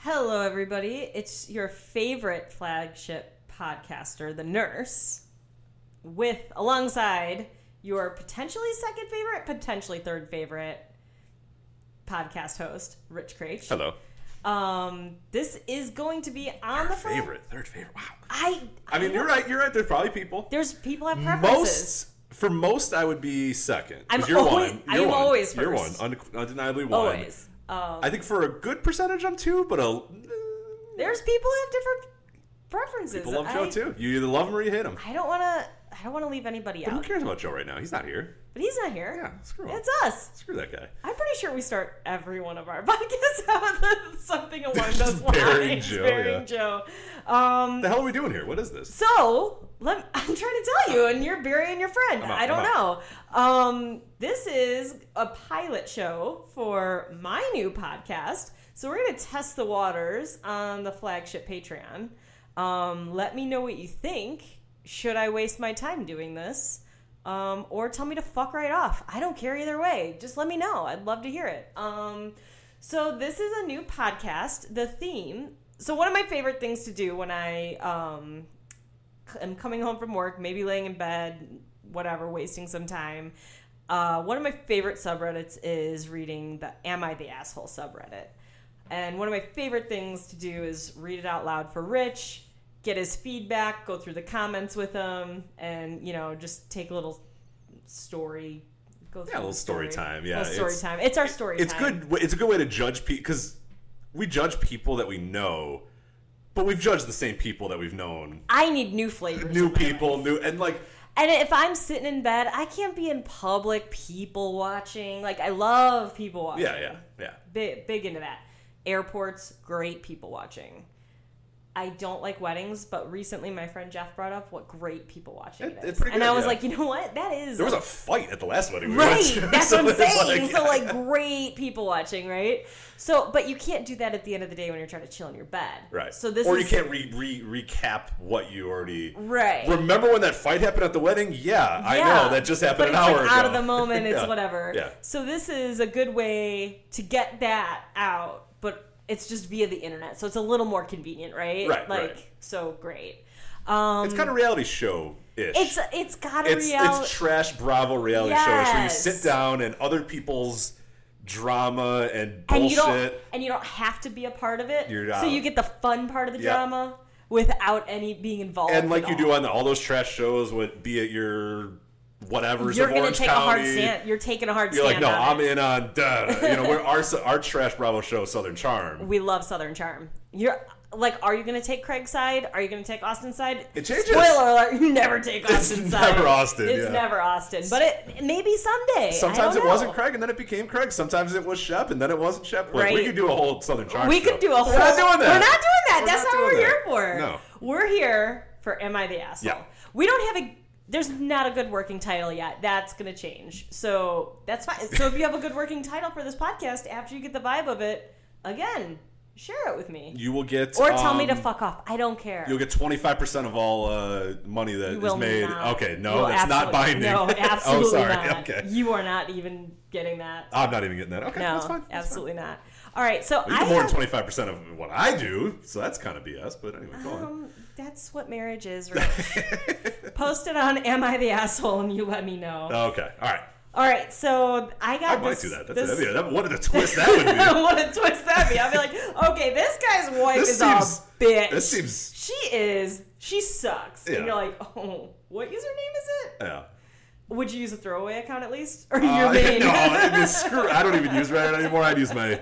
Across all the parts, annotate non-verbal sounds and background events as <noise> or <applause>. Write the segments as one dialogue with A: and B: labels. A: Hello, everybody. It's your favorite flagship podcaster, The Nurse, with alongside your potentially second favorite, potentially third favorite podcast host, Rich Craich.
B: Hello.
A: Um, this is going to be on
B: Third
A: the fir-
B: favorite. Third favorite. Wow.
A: I,
B: I mean, you're right. You're right. There's probably people.
A: There's people have preferences.
B: Most for most, I would be second. 'cause
A: I'm
B: you're
A: always-
B: one.
A: I
B: You're
A: am
B: one.
A: always
B: You're one.
A: first.
B: Und- undeniably one.
A: always. Um,
B: I think for a good percentage, I'm two, but a mm,
A: there's people have different preferences.
B: people love
A: I,
B: Joe too. You either love him or you hate him.
A: I don't want to. I don't want to leave anybody
B: Who
A: out,
B: cares about Joe right now? He's not here.
A: but he's not here.
B: Yeah, screw him.
A: It's us.
B: Screw that guy.
A: I'm pretty sure we start every one of our <laughs> podcasts out with something along those lines.
B: burying Joe,
A: Burying
B: yeah.
A: Joe. Um,
B: What the hell are we doing here? What is this?
A: so let, <laughs> I'm trying to tell you, and you're burying your friend.
B: I'm out,
A: I don't
B: I'm
A: know. Um, this is a pilot show for my new podcast. So we're going to test the waters on the flagship Patreon. Um, let me know what you think. Should I waste my time doing this? Um, or tell me to fuck right off. I don't care either way. Just let me know. I'd love to hear it. Um, so this is a new podcast. The theme. So one of my favorite things to do when I um, am coming home from work, maybe laying in bed, whatever, wasting some time. Uh, one of my favorite subreddits is reading the "Am I the Asshole?" subreddit, and one of my favorite things to do is read it out loud for Rich, get his feedback, go through the comments with him, and you know just take a little story. Go through
B: a little
A: the
B: story time, yeah,
A: little story
B: it's-
A: time. It's our story.
B: It's
A: time.
B: good. It's a good way to judge people because we judge people that we know, but we've judged the same people that we've known.
A: I need new flavors.
B: New
A: in my life.
B: people, new and like
A: And if I'm sitting in bed, I can't be in public, people watching. Like, I love people watching.
B: yeah, yeah, yeah.
A: Big, big into that. Airports, great people watching. I don't like weddings, but recently my friend Jeff brought up what great people watching
B: It-
A: it is.
B: it's pretty
A: and
B: good,
A: I was
B: yeah.
A: like, you know what? That is.
B: There was a fight at the last wedding.
A: <laughs>
B: We <laughs>
A: Right,
B: went to,
A: that's
B: so
A: what I'm
B: it's
A: saying. so
B: yeah.
A: like great people watching, right? So, but you can't do that at the end of the day when you're trying to chill in your bed,
B: <laughs> right.
A: So this
B: or
A: is
B: you can't re, re recap what you already
A: right.
B: remember when that fight happened at the wedding. Yeah, I
A: Yeah.
B: know that just happened
A: But
B: an
A: it's
B: hour
A: like
B: ago.
A: out of the moment. It's
B: <laughs> Yeah.
A: whatever.
B: Yeah.
A: So this is a good way to get that out, but it's just via the internet, so it's a little more convenient, right?
B: Right,
A: Like
B: right.
A: so great. Um,
B: It's kind of reality show ish.
A: it's it's got a
B: it's,
A: reality.
B: it's trash Bravo reality show where you
A: Yes.
B: sit down and other people's drama and
A: and you
B: bullshit.
A: don't and you don't have to be a part of it.
B: You're
A: So
B: out.
A: you get the fun part of the
B: Yeah.
A: drama without any being involved.
B: and like
A: at
B: you
A: all.
B: do on all those trash shows, what be it your whatever's
A: you're
B: of
A: gonna
B: Orange
A: take
B: County.
A: a hard stand. You're taking a hard
B: You're like,
A: stand.
B: no,
A: on
B: I'm
A: it.
B: in on duh. You know, we're our our trash Bravo show, Southern Charm.
A: We love Southern Charm. You're like, are you going to take Craig's side? Are you going to take Austin's side?
B: It changes.
A: Spoiler alert: You never take Austin's side.
B: never Austin,
A: It's
B: yeah.
A: never Austin, but it maybe someday. I
B: Sometimes it
A: don't
B: wasn't
A: know.
B: Craig, and then it became Craig. Sometimes it was Shep, and then it wasn't Shep. Like,
A: Right.
B: We could do a whole Southern Charm.
A: We
B: show.
A: could do a whole.
B: We're not doing that.
A: We're not doing that.
B: We're
A: That's
B: not
A: not what
B: doing
A: we're
B: that.
A: here for.
B: No.
A: we're here for "Am I the Asshole?"
B: Yeah.
A: We don't have a. There's not a good working title yet. That's going to change. So that's fine. So if you have a good working title for this podcast, after you get the vibe of it, again, share it with me.
B: You will get
A: Or tell me to
B: um,
A: fuck off. I don't care.
B: You'll get twenty five percent of all uh, money that
A: You
B: is
A: will
B: made.
A: not.
B: Okay,
A: You
B: no,
A: will
B: it's not
A: absolutely-
B: binding.
A: No, absolutely
B: <laughs> oh, sorry.
A: not.
B: Okay,
A: You are not even getting that.
B: I'm not even getting that. Okay,
A: no,
B: that's fine. That's
A: absolutely not. All right, so
B: fine. You
A: I
B: get more than
A: have,
B: twenty five percent of what I do, so that's kind of BS. But anyway, go on.
A: um, that's what marriage is.
B: <laughs>
A: Right? Post it on "Am I the asshole?" and you let me know.
B: <laughs> Okay, all right.
A: All right, so I got.
B: I might
A: this-
B: do that. That's,
A: this- <laughs>
B: that'd be, that, what a twist that would be.
A: what a twist that'd be! I'd be like, okay, this guy's wife
B: This
A: is
B: seems-
A: a bitch.
B: this seems-
A: She is. She sucks.
B: Yeah.
A: And you're like, oh, what username is it?
B: Yeah.
A: Would you use a throwaway account at least, or
B: Uh,
A: your
B: <laughs>
A: main?
B: no, I mean, screw. I don't even use Reddit anymore. I use my.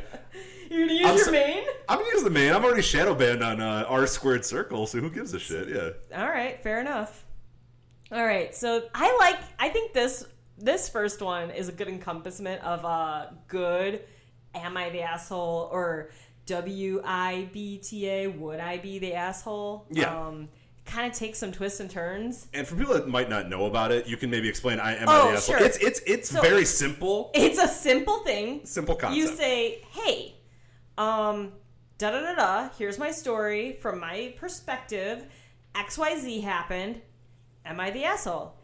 A: You're gonna use
B: I'm
A: your
B: so-
A: main?
B: I'm gonna use the main. I'm already shadow banned on uh, R squared circle, so who gives a shit? Yeah.
A: All right, fair enough. All right, so I like. I think this this first one is a good encompassment of uh, good. Am I the asshole or W I B T A? Would I be the asshole?
B: Yeah.
A: Um, kind of takes some twists and turns.
B: And for people that might not know about it, you can maybe explain. I am
A: Oh,
B: the asshole.
A: sure.
B: It's it's it's
A: So-
B: very simple.
A: It's a simple thing.
B: Simple concept.
A: You say, hey, um, da da da da, here's my story from my perspective. XYZ happened. Am I the asshole?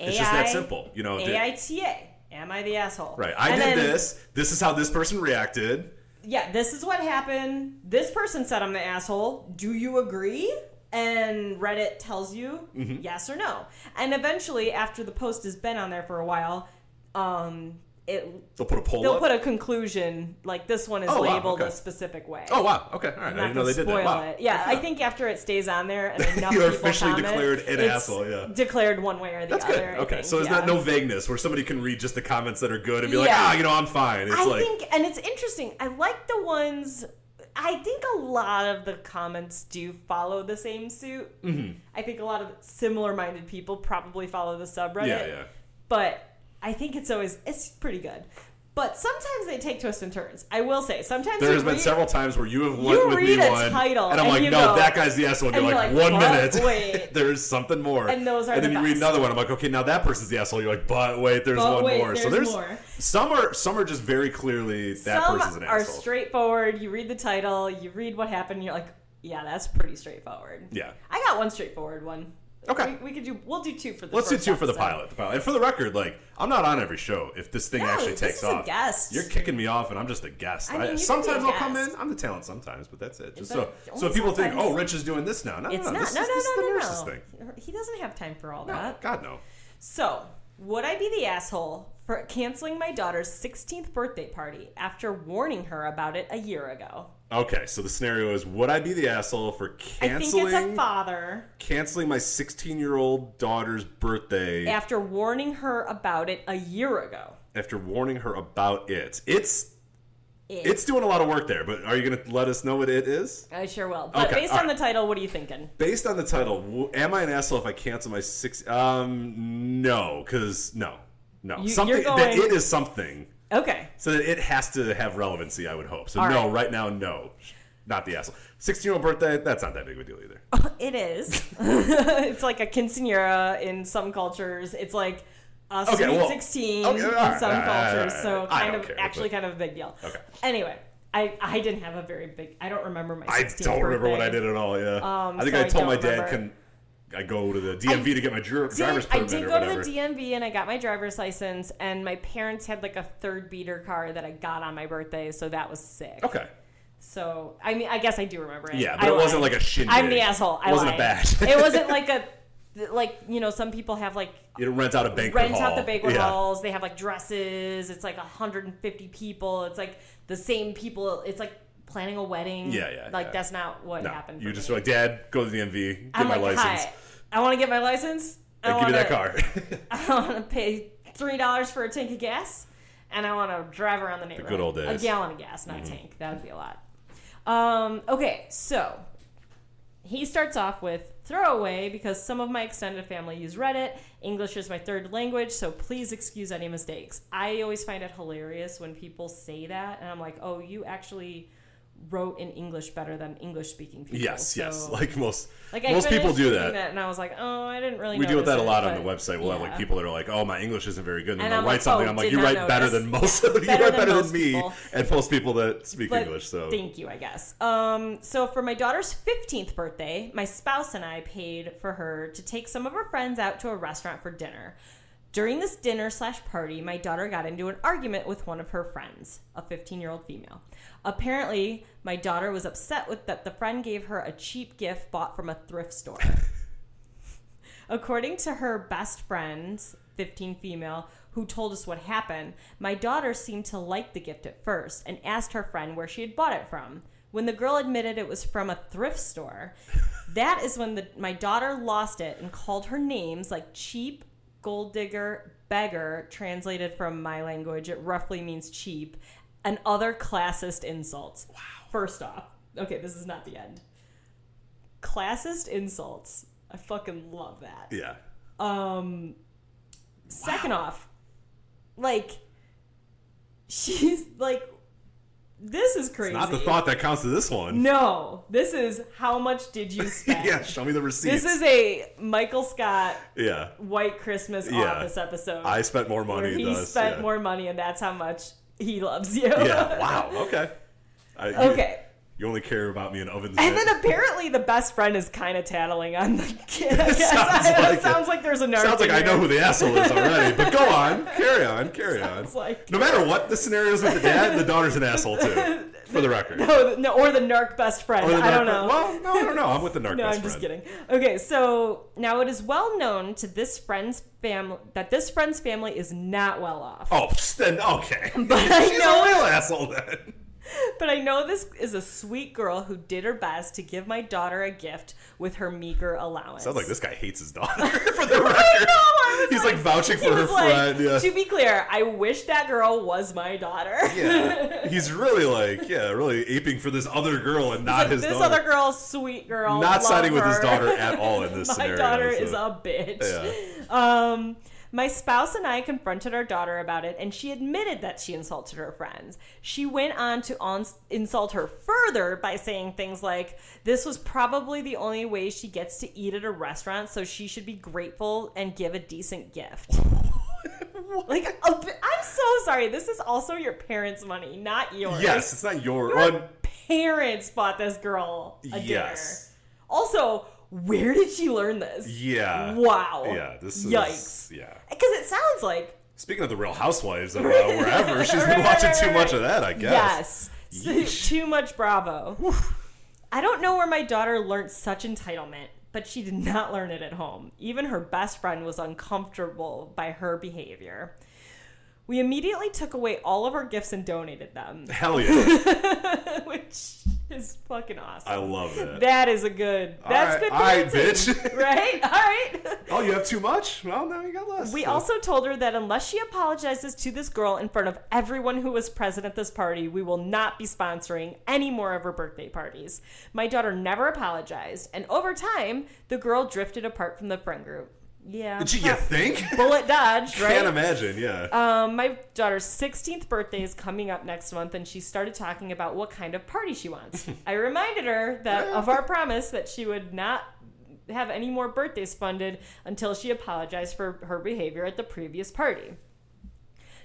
B: It's just that
A: AI
B: simple. You know, did-
A: AITA. Am I the asshole?
B: right. I
A: And
B: did
A: then-
B: this. This is how this person reacted.
A: yeah, this is what happened. This person said I'm an asshole. Do you agree? And Reddit tells you
B: Mm-hmm.
A: yes or no. And eventually, after the post has been on there for a while, um, it
B: They'll put a poll
A: they'll
B: up.
A: put a conclusion like this one is
B: Oh, wow,
A: labeled
B: okay.
A: a specific way.
B: oh wow. Okay. All right. I
A: Not
B: didn't know
A: gonna
B: they did
A: spoil
B: that. Wow.
A: it. Yeah, I think after it stays on there
B: <laughs>
A: and enough
B: You're
A: people
B: officially
A: comment,
B: declared an
A: it's
B: asshole, yeah.
A: declared one way or the
B: That's
A: other.
B: good.
A: I
B: Okay.
A: think,
B: So there's
A: yeah.
B: not no vagueness where somebody can read just the comments that are good and be like,
A: Yeah.
B: ah, you know, I'm fine. It's
A: I
B: like
A: think, and it's interesting. I like the ones. I think a lot of the comments do follow the same suit. Mm-hmm. I think a lot of similar-minded people probably follow the subreddit.
B: Yeah, yeah.
A: But I think it's always it's pretty good. But sometimes they take twists and turns. I will say sometimes
B: There
A: you
B: has been
A: read-
B: several times where you have went with
A: read
B: me
A: a
B: one,
A: title
B: and I'm
A: and
B: like,
A: you
B: no,
A: go-
B: that guy's the asshole. And you're,
A: and
B: like,
A: you're like,
B: one
A: "But
B: minute, <laughs>
A: wait."
B: there's something more.
A: And those are
B: And
A: the
B: then you read
A: best.
B: another one. I'm like, okay, now that person's the asshole. You're like, but wait, there's
A: But
B: one
A: wait,
B: more. so
A: there's
B: there's
A: more.
B: some are some are just very clearly that
A: Some
B: person's an
A: are
B: asshole.
A: straightforward. You read the title, you read what happened, you're like, yeah, that's pretty straightforward.
B: Yeah.
A: I got one straightforward one.
B: Okay.
A: We, we could do. We'll do two for the.
B: Let's do
A: first
B: two for the
A: episode.
B: pilot. The pilot. And for the record, like, I'm not on every show. If this thing
A: No,
B: actually
A: this
B: takes
A: is a
B: off,
A: guest.
B: you're kicking me off, and I'm just a guest.
A: I mean, you can be a
B: sometimes I'll come in.
A: guest.
B: I'm the talent sometimes, but that's it. Just so
A: But
B: so
A: only
B: people think,
A: sometimes.
B: oh, Rich is doing this now. No,
A: It's
B: no,
A: not.
B: This
A: no,
B: is,
A: no,
B: this is
A: no,
B: the
A: no,
B: nurse's
A: no.
B: thing.
A: He doesn't have time for all
B: No,
A: that.
B: God no.
A: So, would I be the asshole for canceling my daughter's 16th birthday party after warning her about it a year ago?
B: Okay, so the scenario is: Would I be the asshole for
A: I think it's a
B: canceling
A: father
B: canceling my 16 year old daughter's birthday
A: after warning her about it a year ago.
B: after warning her about it? It's
A: It-
B: it's doing a lot of work there, but are you going to let us know what it is?
A: I sure will. But
B: Okay,
A: based
B: all
A: on the title, what are you thinking?
B: Based on the title, w- am I an asshole if I cancel my six? Um, no, because no, no,
A: You-
B: something
A: you're
B: that
A: going-
B: it is something,
A: Okay.
B: so that it has to have relevancy. I would hope. So
A: All
B: no,
A: right.
B: right now, no, not the asshole. 16 year old birthday, that's not that big of a deal either.
A: It is.
B: <laughs>
A: it's like a quinceanera in some cultures. It's like a
B: Okay,
A: sweet
B: well,
A: 16
B: okay,
A: in
B: alright,
A: some
B: alright,
A: cultures.
B: alright,
A: so
B: alright. I
A: kind
B: don't
A: of
B: care,
A: actually
B: but-
A: kind of a big deal.
B: Okay.
A: Anyway, I, I didn't have a very big. I don't remember my. 16th
B: I don't remember what I
A: birthday.
B: did at all. Yeah,
A: Um,
B: I think
A: so
B: I
A: I
B: told my
A: don't
B: dad
A: remember.
B: can I go to the DMV to get my dri- driver's
A: Did- I
B: permit
A: did
B: or
A: go to
B: whatever.
A: the DMV and I got my driver's license, and my parents had like a third beater car that I got on my birthday, so that was sick.
B: okay,
A: So I mean, I guess I do remember it.
B: yeah,
A: I
B: but it wasn't
A: lied.
B: like a shindig.
A: I'm the asshole. I
B: it wasn't
A: lied.
B: a bash.
A: it wasn't like a like you know some people have like
B: <laughs> It rents out a banquet
A: rent
B: hall.
A: out the banquet
B: yeah.
A: halls. They have like dresses. It's like 150 people. It's like the same people. It's like planning a wedding.
B: Yeah, yeah,
A: Like
B: yeah.
A: that's not what
B: No,
A: happened.
B: you
A: for
B: just
A: me.
B: were like, Dad, go to the DMV, get
A: I'm
B: my
A: like,
B: license,
A: hi, I want to get my license. I
B: and give me
A: wanna-
B: that
A: <laughs>
B: car.
A: I want to pay three dollars for a tank of gas, and I want to drive around the neighborhood.
B: good old
A: A
B: days. Mm-hmm.
A: gallon of gas, not a tank. That would be a lot. Um, okay, so he starts off with throwaway because some of my extended family use Reddit. English is my third language, so please excuse any mistakes. I always find it hilarious when people say that, and I'm like, oh, you actually wrote in English better than English speaking people.
B: <laughs> yes, yes,
A: So-
B: like most
A: Like, I
B: most people
A: finished
B: do
A: reading
B: that.
A: and I was like, oh, I didn't really.
B: We deal with
A: notice
B: that a
A: it,
B: lot
A: but-
B: on the website. We'll have like
A: yeah.
B: people that are like, "Oh, my English isn't very good," and,
A: And
B: they'll
A: I'm
B: write
A: like,
B: something.
A: "Oh,
B: I'm like,
A: did
B: "You
A: not
B: write
A: know
B: better
A: this."
B: than
A: <laughs>
B: most. you
A: Better
B: write
A: than
B: better than
A: most
B: me
A: people.
B: and most people that speak
A: But
B: English." So
A: thank you, I guess. Um, so for my daughter's fifteenth birthday, my spouse and I paid for her to take some of her friends out to a restaurant for dinner. During this dinner slash party, my daughter got into an argument with one of her friends, a 15 year old female. Apparently, my daughter was upset with that the friend gave her a cheap gift bought from a thrift store. According to her best friend, 15 female, who told us what happened, my daughter seemed to like the gift at first and asked her friend where she had bought it from. When the girl admitted it was from a thrift store, that is when the, my daughter lost it and called her names like cheap, gold digger, beggar, translated from my language, it roughly means cheap, and other classist insults. Wow. First off, okay, this is not the end. Classist insults. I fucking love that.
B: yeah,
A: Um, second off, like <laughs> she's like, this is crazy.
B: not the thought that counts to this one.
A: No, this is how much did you spend?
B: <laughs> yeah, show me the receipts.
A: This is a Michael Scott
B: yeah.
A: White Christmas
B: Yeah.
A: Office episode.
B: I spent more
A: where
B: money
A: he
B: than us.
A: spent <laughs>
B: yeah.
A: more money, and that's how much he loves you.
B: yeah. Wow. Okay. I,
A: okay.
B: You only care about me in ovens.
A: And then apparently the best friend is kind of tattling on
B: <laughs>
A: the kid. I guess. <laughs>
B: Sounds
A: I don't know,
B: like it.
A: sounds like there's another.
B: Sounds like I know who the asshole is already, but go on, carry on, carry on.
A: Sounds like-
B: no matter what the scenario is with the dad, the daughter's an asshole too, for the record.
A: <laughs> No, th- no, or the narc best friend.
B: Or the
A: I don't
B: narc-
A: know.
B: Well, no, I don't know. I'm with the narc
A: no,
B: best
A: I'm just
B: friend.
A: kidding. Okay, so now it is well known to this friend's family that this friend's family is not well off.
B: Oh, pfft, then okay.
A: But I
B: <laughs> She's
A: know-
B: a real asshole then.
A: But I know this is a sweet girl who did her best to give my daughter a gift with her meager allowance.
B: Sounds like this guy hates his daughter <laughs>
A: <laughs>
B: for the record.
A: I was
B: He's like, vouching
A: He
B: for her
A: was like,
B: friend. yeah.
A: To be clear, I wish that girl was my daughter. <laughs>
B: yeah. He's really like, yeah, really aping for this other girl and not
A: Like,
B: his
A: this
B: daughter.
A: other girl, sweet girl, love
B: not siding with his
A: her.
B: daughter at all in
A: <laughs>
B: this
A: my
B: scenario.
A: daughter
B: so-
A: is a bitch.
B: Yeah.
A: Um, my spouse and I confronted our daughter about it, and she admitted that she insulted her friends. She went on to on- insult her further by saying things like, This was probably the only way she gets to eat at a restaurant, so she should be grateful and give a decent gift.
B: <laughs>
A: like, a bi- I'm so sorry. This is also your parents' money, not yours.
B: Yes, it's not your.
A: Her
B: Well,
A: parents bought this girl a
B: Yes.
A: dinner. Also, where did she learn this?
B: yeah.
A: Wow.
B: Yeah, this is.
A: Yikes.
B: Yeah.
A: Because it sounds like
B: Speaking of the Real
A: <laughs>
B: Housewives of uh, wherever, she's been
A: Right,
B: watching
A: right,
B: too
A: right,
B: much of that, I guess.
A: yes, <laughs>
B: Yeesh.
A: too much Bravo. I don't know where my daughter learned such entitlement, but she did not learn it at home. Even her best friend was uncomfortable by her behavior. We immediately took away all of our gifts and donated them, <laughs>
B: Hell yeah.
A: which is fucking awesome.
B: I love it.
A: that is a good. That's
B: all right,
A: good
B: all right, bitch. <laughs>
A: parenting, right? All right.
B: Oh, you have too much? Well, now you got less.
A: We
B: So-
A: also told her that unless she apologizes to this girl in front of everyone who was present at this party, we will not be sponsoring any more of her birthday parties. My daughter never apologized, and over time, the girl drifted apart from the friend group. Yeah.
B: Gee, you
A: <laughs>
B: think? <laughs>
A: Bullet dodge, right?
B: Can't imagine, yeah. <laughs>
A: Um, my daughter's 16th birthday is coming up next month, and she started talking about what kind of party she
B: <laughs>
A: wants. I reminded her that of our promise that she would not have any more birthdays funded until she apologized for her behavior at the previous party.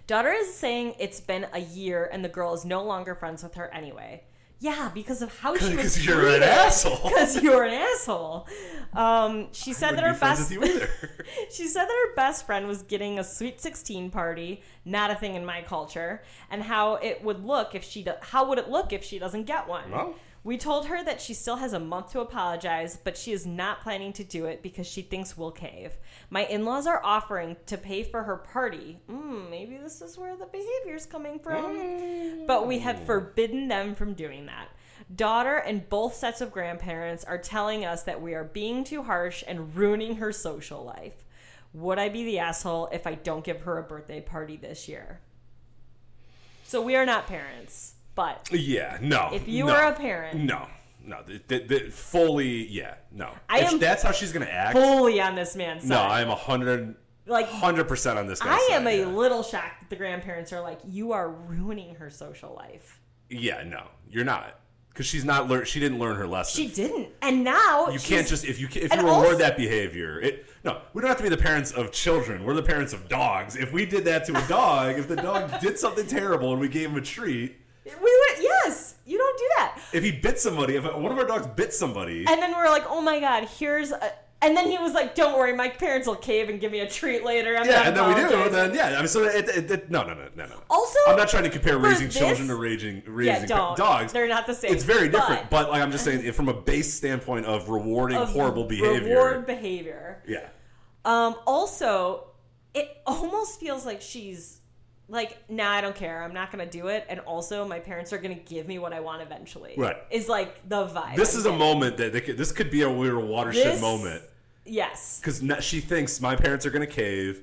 A: Daughter is saying it's been a year, and the girl is no longer friends with her anyway. Yeah, because of how
B: <laughs>
A: she was
B: Because you're an
A: treated.
B: asshole. <laughs>
A: Because you're an asshole. Um, she said that
B: Wouldn't
A: her
B: be friends
A: best
B: with you either.
A: <laughs> she said that her best friend was getting a sweet 16 party, not a thing in my culture, and how it would look if she do- how would it look if she doesn't get one.
B: Well.
A: We told her that she still has a month to apologize, but she is not planning to do it because she thinks we'll cave. My in-laws are offering to pay for her party. Mm, maybe this is where the behavior's coming from.
B: Hmm.
A: But we
B: Oh.
A: have forbidden them from doing that. Daughter and both sets of grandparents are telling us that we are being too harsh and ruining her social life. Would I be the asshole if I don't give her a birthday party this year? So we are not parents, but
B: <laughs> Yeah, no.
A: if you
B: no,
A: were a parent,
B: No. No. The, the, the fully, yeah, no.
A: I
B: if
A: am-
B: that's how she's going to act,
A: fully on this man's
B: no,
A: side.
B: I'm 100,
A: like
B: 100% on this guy.
A: I am a little shocked that the grandparents are like, you are ruining her social life.
B: Yeah, no. You're not. Because she's not learned, she didn't learn her lesson.
A: She didn't, and now
B: You
A: she's-
B: can't just if you ca- if you
A: And
B: reward
A: also-
B: that behavior. It no, we don't have to be the parents of children. We're the parents of dogs. If we did that to a dog, if
A: <laughs>
B: the dog did something terrible and we gave him a treat,
A: we would yes, you don't do that.
B: if he bit somebody, if one of our dogs bit somebody,
A: And then we're like, oh my god, here's a. And then he was like, don't worry, my parents will cave and give me a treat later. I'm
B: yeah,
A: not
B: and then we do,
A: apologizing."
B: and then yeah, I mean, so it, it, it, no, no, no, no, no.
A: Also,
B: I'm not trying to compare raising
A: this-
B: children to raising raising
A: yeah, don't.
B: dogs.
A: They're not the same.
B: It's very different,
A: But
B: but, like I'm just saying, if from a base standpoint of rewarding
A: of
B: horrible behavior,
A: Reward behavior.
B: yeah,
A: Um, also, it almost feels like she's like, nah, I don't care. I'm not going to do it. And also, my parents are going to give me what I want eventually.
B: Right.
A: Is like the vibe.
B: this
A: I'm
B: is a
A: getting.
B: moment that they could, this could be a real watershed
A: This-
B: moment.
A: Yes.
B: because she thinks my parents are gonna cave.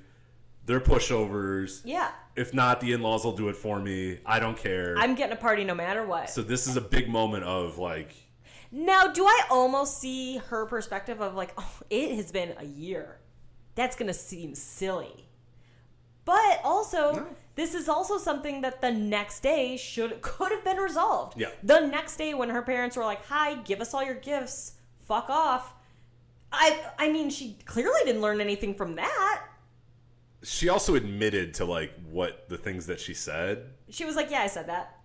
B: They're pushovers.
A: Yeah.
B: If not, the in-laws will do it for me. I don't care.
A: I'm getting a party no matter what.
B: so this is a big moment of like,
A: Now, do I almost see her perspective of like, oh, it has been a year. That's going to seem silly. But also,
B: No.
A: this is also something that the next day should <laughs> could have been resolved.
B: Yeah.
A: The next day when her parents were like, "Hi, give us all your gifts. Fuck off." I I mean, she clearly didn't learn anything from that.
B: she also admitted to like what the things that she said.
A: She was like, "Yeah, I said that."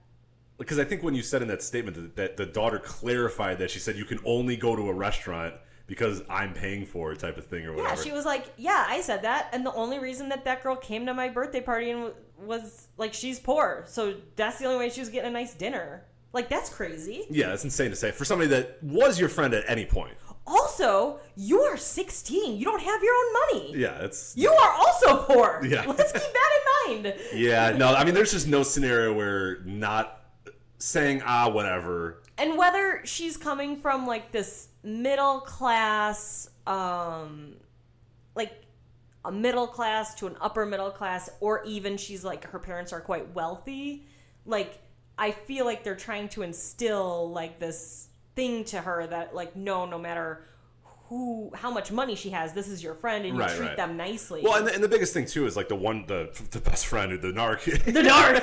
B: because I think when you said in that statement that, that the daughter clarified that she said you can only go to a restaurant because I'm paying for it type of thing or
A: Yeah,
B: whatever.
A: she was like, "Yeah, I said that," and the only reason that that girl came to my birthday party and w- was like, she's poor, so that's the only way she was getting a nice dinner. Like, that's crazy.
B: yeah, it's insane to say for somebody that was your friend at any point.
A: Also, you are 16. You don't have your own money.
B: Yeah, it's
A: You are also poor.
B: Yeah.
A: <laughs> Let's keep that in mind.
B: <laughs> yeah. No, I mean, there's just no scenario where not saying ah whatever.
A: And whether she's coming from like this middle class, um, like a middle class to an upper middle class, or even she's like her parents are quite wealthy, like I feel like they're trying to instill like this thing to her that like no, no matter who, how much money she has, this is your friend, and you
B: Right,
A: treat
B: right.
A: them nicely.
B: Well, and the, and the biggest thing too is like the one the the best friend the narc
A: the dark.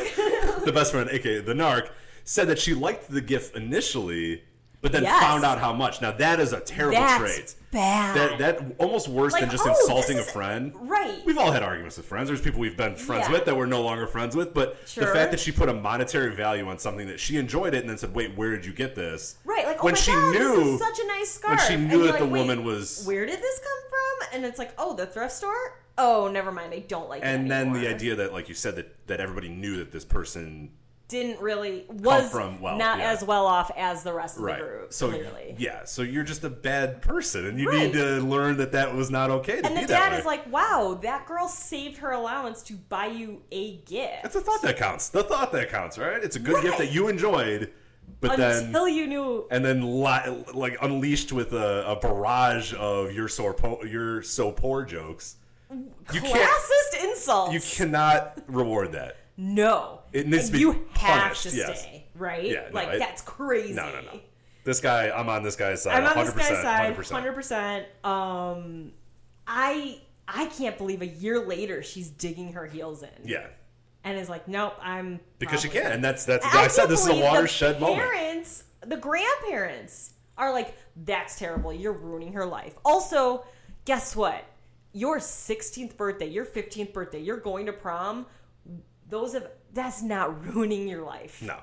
B: <laughs> the best friend, aka the narc, said that she liked the gift initially, but then
A: Yes.
B: found out how much. Now that is a terrible
A: That's
B: trait.
A: bad.
B: That that almost worse than
A: Like,
B: just
A: oh, this
B: insulting a
A: is-
B: friend.
A: right.
B: We've all had arguments with friends. There's people we've been friends
A: Yeah.
B: with that we're no longer friends with, but the
A: Sure.
B: fact that she put a monetary value on something that she enjoyed it and then said, "Wait, where did you get this?"
A: Right, like oh
B: when
A: my
B: she
A: God,
B: knew
A: this is such a nice
B: when
A: scarf.
B: she
A: And
B: knew
A: you're
B: that
A: like,
B: the
A: "Wait,
B: woman was
A: Where did this come from? And it's like, oh, the thrift store. Oh, never mind. I don't like. it
B: and then the
A: anymore.
B: idea that like you said that that everybody knew that this person
A: didn't really was
B: from wealth,
A: not
B: yeah.
A: as well off as the rest of
B: right
A: the group.
B: so
A: clearly.
B: yeah so you're just a bad person and you
A: Right.
B: need to learn that that was not okay to
A: And
B: be
A: the
B: that
A: dad
B: way.
A: is like, "Wow, that girl saved her allowance to buy you a gift
B: it's a thought that counts the thought that counts right it's a good gift
A: Right.
B: that you enjoyed but then
A: until you knew."
B: and then li- like unleashed with a, a barrage of you're so po- you're so poor jokes you can't
A: Classist insults.
B: you cannot reward that
A: no.
B: It needs
A: And
B: to be
A: you have
B: punished,
A: to
B: yes.
A: stay right.
B: Yeah, no,
A: like
B: it-
A: that's crazy.
B: no no no this guy i'm on this guy's side
A: I'm on this
B: 100%
A: guy's side,
B: 100%.
A: hundred percent. Um, I I can't believe a year later she's digging her heels in.
B: yeah
A: and is like, nope, I'm
B: because you
A: probably-"
B: can and that's that's
A: I
B: i, I
A: can't
B: said this is a
A: believe the
B: watershed moment
A: Parents, the grandparents are like, that's terrible. You're ruining her life. Also, guess what? Your 16th birthday, your 15th birthday, you're going to prom. Those of that's not ruining your life.
B: no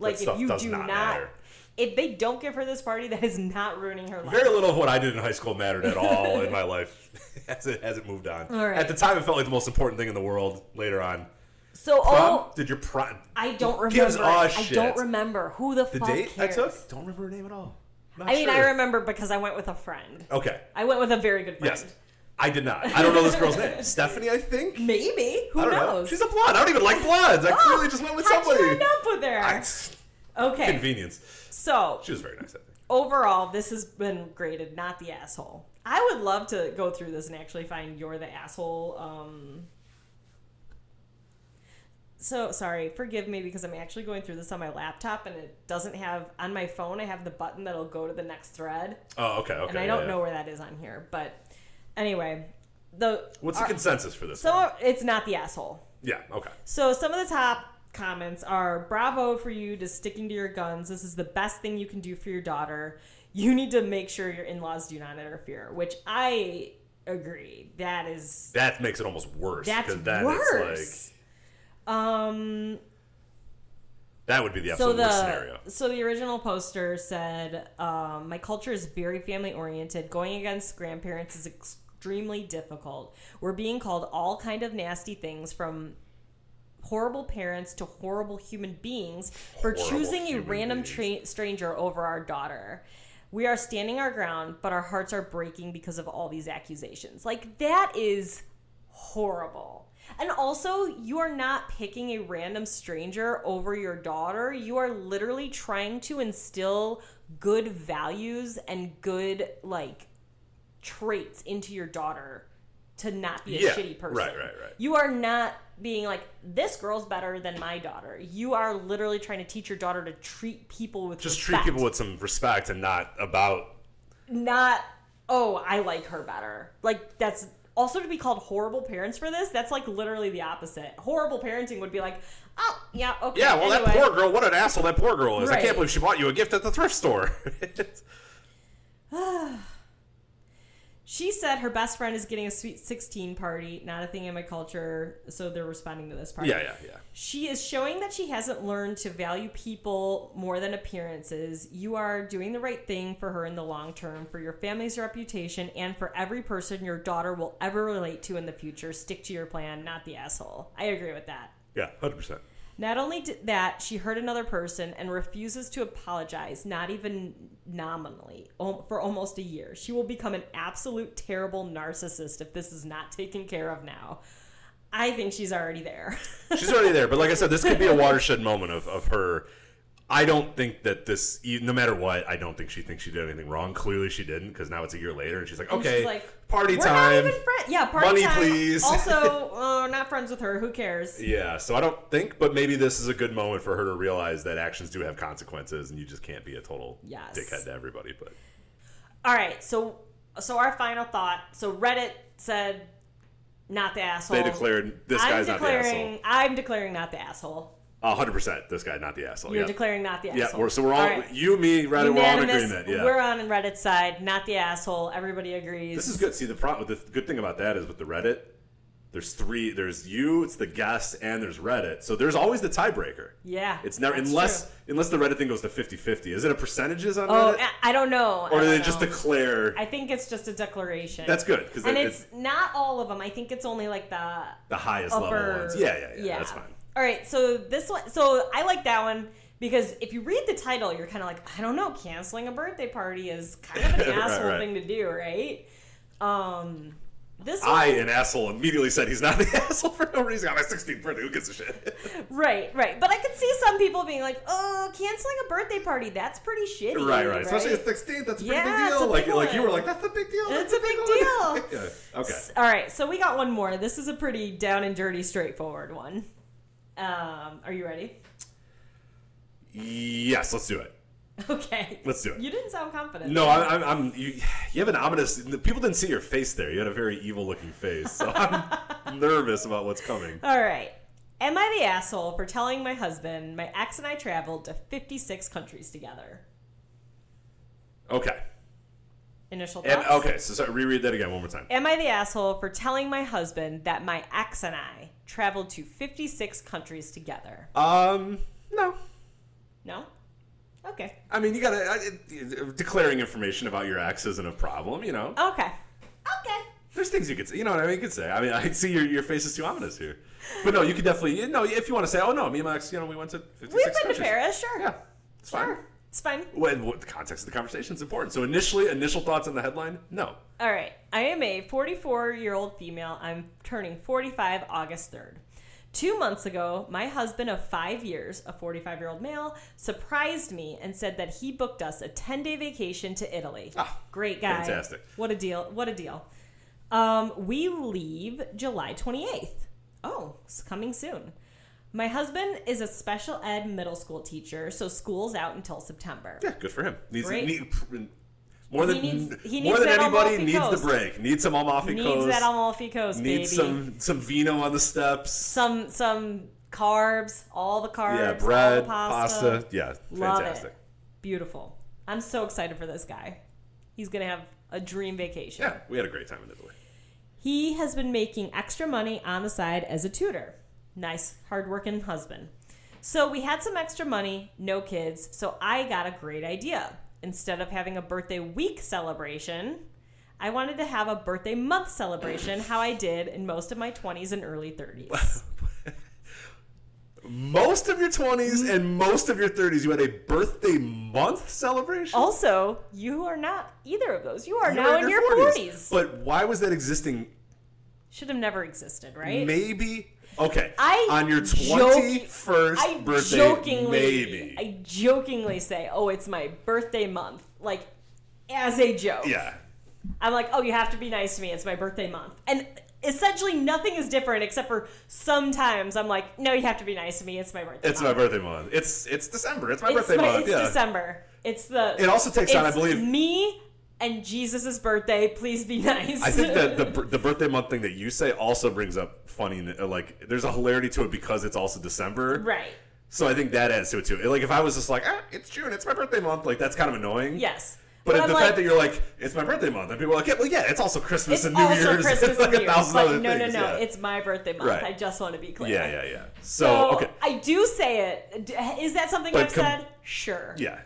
A: like if
B: stuff
A: you
B: does
A: do
B: not
A: not,
B: matter.
A: if they don't give her this party, that is not ruining her life.
B: Very little of what I did in high school mattered at all in my life <laughs> as it as it moved on.
A: All right.
B: At the time, it felt like the most important thing in the world. Later on,
A: so
B: prom?
A: oh,
B: did your prom?
A: I don't
B: Who
A: remember.
B: gives a
A: I
B: shit?
A: don't remember who the,
B: the
A: fuck
B: date
A: cares.
B: I took. Don't remember her name at all. Not
A: I mean, I
B: sure.
A: remember because I went with a friend.
B: Okay.
A: I went with a very good friend.
B: Yes. I did not. I don't know this
A: <laughs>
B: girl's name. Stephanie, I think.
A: Maybe. Who
B: I don't know.
A: knows?
B: She's a blonde. I don't even like blondes. I
A: Oh,
B: clearly just went with
A: how'd you
B: somebody.
A: end up with her?
B: I-
A: okay.
B: Convenience.
A: So
B: She was very nice. I think.
A: overall, this has been graded not the asshole. I would love to go through this and actually find you're the asshole. Um, so sorry, forgive me because I'm actually going through this on my laptop and it doesn't have on my phone. I have the button that'll go to the next thread,
B: Oh, okay, okay.
A: and I
B: yeah,
A: don't
B: yeah.
A: know where that is on here. But anyway, the
B: What's the
A: our-
B: consensus for this? one?
A: so it's not the asshole.
B: Yeah. Okay.
A: So some of the top comments are bravo for you to sticking to your guns. This is the best thing you can do for your daughter. You need to make sure your in-laws do not interfere, which I agree. That is
B: That makes it almost worse.
A: that's
B: 'cause then It's like,
A: worse. um
B: That would be the
A: so
B: absolute
A: the
B: worst scenario.
A: so the original poster said, um, "My culture is very family oriented. Going against grandparents is extremely difficult. We're being called all kind of nasty things from." Horrible parents to horrible human beings for
B: Horrible
A: choosing a
B: human
A: random
B: beings.
A: tra- stranger over our daughter. We are standing our ground, but our hearts are breaking because of all these accusations. Like, that is horrible. And also, you are not picking a random stranger over your daughter. You are literally trying to instill good values and good, like, traits into your daughter to not be a
B: Yeah,
A: shitty person.
B: right, right, right.
A: You are not being like, this girl's better than my daughter. You are literally trying to teach your daughter to treat people with
B: Just treat
A: respect,
B: people with some respect and not about.
A: not oh i like her better like that's also to be called horrible parents for this that's like literally the opposite horrible parenting would be like oh yeah okay
B: Yeah, well, that
A: anyway."
B: poor girl. What an asshole that poor girl is! I
A: Right.
B: can't believe she bought you a gift at the thrift store.
A: She said her best friend is getting a sweet 16 party, not a thing in my culture, so they're responding to this party.
B: <laughs> Yeah, yeah, yeah.
A: She is showing that she hasn't learned to value people more than appearances. You are doing the right thing for her in the long term, for your family's reputation, and for every person your daughter will ever relate to in the future. Stick to your plan, not the asshole. I agree with that.
B: Yeah, 100%.
A: Not only did that, she hurt another person and refuses to apologize, not even nominally, al- for almost a year. She will become an absolute terrible narcissist if this is not taken care of now. I think she's already there. <laughs>
B: She's already there, but like I said, this could be a watershed moment of, of her. I don't think that this, e- no matter what, I don't think she thinks she did anything wrong. Clearly, she didn't, because now it's a year later, and she's like,
A: And
B: okay,
A: she's like,
B: party
A: We're
B: time.
A: not even friends. Yeah, party
B: Money,
A: time.
B: please. <laughs>
A: Also, uh, not friends with her. Who cares?
B: Yeah, so I don't think, but maybe this is a good moment for her to realize that actions do have consequences, and you just can't be a total
A: Yes.
B: dickhead to everybody. But
A: All right. So, so our final thought. So Reddit said, not the asshole.
B: they declared this
A: I'm
B: guy's not the
A: declaring.
B: asshole.
A: I'm declaring not the asshole.
B: A hundred percent, this guy not the asshole.
A: You're
B: yeah,
A: declaring not the
B: yeah.
A: asshole.
B: We're, so we're all,
A: right.
B: you, me, rather, we're all in
A: Unanimous.
B: agreement. Yeah,
A: We're on Reddit's side, not the asshole. Everybody agrees.
B: This is good. See, the problem, the good thing about that is with the Reddit, there's three. There's you, it's the guest, and there's Reddit. So there's always the tiebreaker.
A: Yeah.
B: It's never
A: that's
B: unless
A: true.
B: unless the Reddit thing goes to 50-50. Is it a percentages on
A: Oh,
B: Reddit,
A: I I don't know. I
B: or do
A: don't
B: they just
A: know.
B: declare?
A: I think it's just a declaration.
B: That's good because
A: And
B: it's
A: it's not all of them. I think it's only like the
B: the highest level
A: upper.
B: ones. Yeah, yeah, yeah, That's fine.
A: All right, so this one, so I like that one because if you read the title, you're kind of like, I don't know, canceling a birthday party is kind of an
B: <laughs> Right,
A: asshole
B: right.
A: thing to do, right? Um, this one,
B: I, an asshole, immediately said he's not the <laughs> asshole for no reason. I'm a 16th birthday. Who gives a shit?
A: <laughs> right, right, but I could see some people being like, oh, canceling a birthday party, that's pretty shitty,
B: right, right, Especially at 16th. That's a pretty
A: Yeah,
B: big
A: it's a
B: deal. like,
A: big
B: like you
A: one.
B: were like, that's a big deal.
A: It's
B: that's
A: a big
B: one." <laughs> yeah. Okay.
A: S- All right, so we got one more. This is a pretty down and dirty, straightforward one. Um, are you ready? <laughs>
B: Yes, let's do it.
A: Okay,
B: Let's do it.
A: You didn't sound confident.
B: No, I, I'm. I'm you, you have an ominous. the People didn't see your face there. You had a very evil-looking face, so
A: <laughs>
B: I'm nervous about what's coming.
A: All right. Am I the asshole for telling my husband my ex and I traveled to 56 countries together?
B: Okay.
A: Initial
B: And,
A: thoughts.
B: okay. So sorry, reread that again one more time.
A: Am I the asshole for telling my husband that my ex and I traveled to 56 countries together?
B: Um. No.
A: No? Okay.
B: I mean, you gotta I, it- declaring information about your ex isn't a problem. You know,
A: Okay. Okay.
B: there's things you could say. You know what I mean? You could say. I mean, <laughs> I see your your face is too ominous here, but no, you could definitely. You know, if you want to say, oh no, me and my ex, you know, we went to 56
A: We've been to
B: countries.
A: Paris, sure.
B: Yeah, it's fine.
A: Sure. It's fine.
B: When, what, the context of the conversation is important. So initially, initial thoughts on the headline? No.
A: All right. I am a 44 year old female. I'm turning 45 August 3rd. Two months ago, my husband of five years, a 45 year old male, surprised me and said that he booked us a 10 day vacation to Italy.
B: Ah,
A: Great guy.
B: fantastic.
A: What a deal. What a deal. Um, we leave July 28th. Oh, it's coming soon. My husband is a special ed middle school teacher, so school's out until September.
B: Yeah, good for him. Needs,
A: Great.
B: need- pr- more than
A: He needs- he
B: more
A: needs
B: than
A: that
B: anybody
A: Amalfi
B: needs
A: Coast.
B: the break. Needs some Amalfi
A: Needs
B: Coast.
A: that Amalfi Coast, baby.
B: needs some some vino on the steps.
A: some some carbs, all the carbs,
B: Yeah,
A: all the
B: bread,
A: pasta.
B: pasta. Yeah,
A: Love
B: fantastic.
A: it. Beautiful. I'm so excited for this guy. He's gonna have a dream vacation.
B: Yeah, we had a great time in Italy.
A: He has been making extra money on the side as a tutor. Nice, hardworking husband. So we had some extra money, no kids, so I got a great idea. Instead of having a birthday week celebration, I wanted to have a birthday month celebration, how I did in most of my 20s and early
B: <laughs>
A: 30s.
B: Most of your twenties and most of your thirties, you had a birthday month celebration.
A: Also, you are not either of those. You are
B: You were
A: Oh, now in your 40s.
B: But why was that existing?
A: Should have never existed, right?
B: Maybe okay.
A: I
B: on your
A: joke-
B: twenty-first
A: I
B: birthday,
A: jokingly,
B: maybe.
A: I jokingly say, "Oh, it's my birthday month," like as a joke.
B: yeah,
A: I'm like, "Oh, you have to be nice to me. It's my birthday month," and essentially nothing is different except for sometimes I'm like, "No, you have to be nice to me. It's my birthday.
B: it's my
A: month.
B: birthday month. It's it's December. It's my
A: It's
B: birthday
A: my-
B: month.
A: It's
B: yeah.
A: December. It's the.
B: It also takes on, I
A: it's
B: believe-
A: me and Jesus's birthday. Please be <laughs> nice.
B: I think that the bir- the birthday month thing that you say also brings up funny uh, like there's a hilarity to it because it's also December.
A: <laughs> right.
B: So I think that adds to it too. Like if I was just like, ah, it's June, it's my birthday month, like that's kind of annoying.
A: Yes.
B: But
A: But
B: the
A: I'm like-
B: fact that you're like, it's my birthday month, and people are like, yeah, well, yeah, it's also Christmas
A: It's
B: and New
A: also
B: Year's. <laughs>
A: Christmas
B: it's like
A: and New
B: a
A: Year's.
B: thousand
A: but
B: other
A: no,
B: things.
A: no, no.
B: yeah.
A: It's my birthday month.
B: Right.
A: I just want to be clear.
B: yeah, yeah, yeah. So,
A: So
B: okay,
A: I do say it. D- Is that something
B: But
A: I've
B: com-
A: said? Sure.
B: yeah.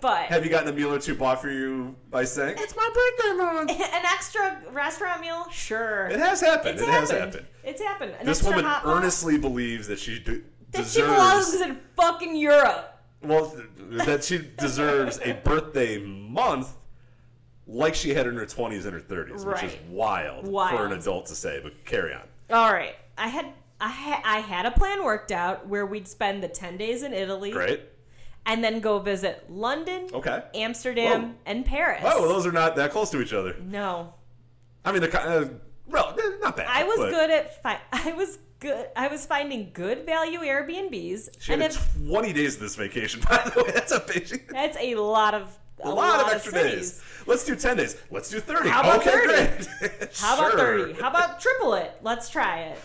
A: But
B: Have you gotten a meal or two bought for you by saying it's my birthday month?
A: <laughs> an extra restaurant meal? Sure.
B: It has happened.
A: It's
B: it
A: happened.
B: has happened.
A: It's happened. An
B: This
A: extra
B: woman
A: hot pot
B: earnestly believes that she de-
A: that she
B: deserves
A: belongs in fucking Europe.
B: well th- that she deserves a birthday month like she had in her 20s and her 30s, which is
A: Right.
B: wild, for
A: Wild.
B: an adult to say. But carry on.
A: All right. I had I ha- I had a plan worked out where we'd spend the 10 days in Italy
B: Great.
A: and then go visit London,
B: Okay.
A: Amsterdam,
B: Whoa.
A: and Paris.
B: Oh, well, those are not that close to each other.
A: no.
B: I mean, they're kind of well, they're not bad.
A: I was
B: but
A: good at fi- <laughs> I was good I was finding good value Airbnbs
B: She
A: and
B: had
A: if
B: 20 days of this vacation, <laughs> by the way. That's a big,
A: that's a lot of
B: a lot, of extra
A: cities.
B: days. Let's do 10 days. Let's do 30.
A: How about
B: okay,
A: 30?
B: great. <laughs>
A: How about
B: Sure.
A: 30? How about triple it? Let's try it.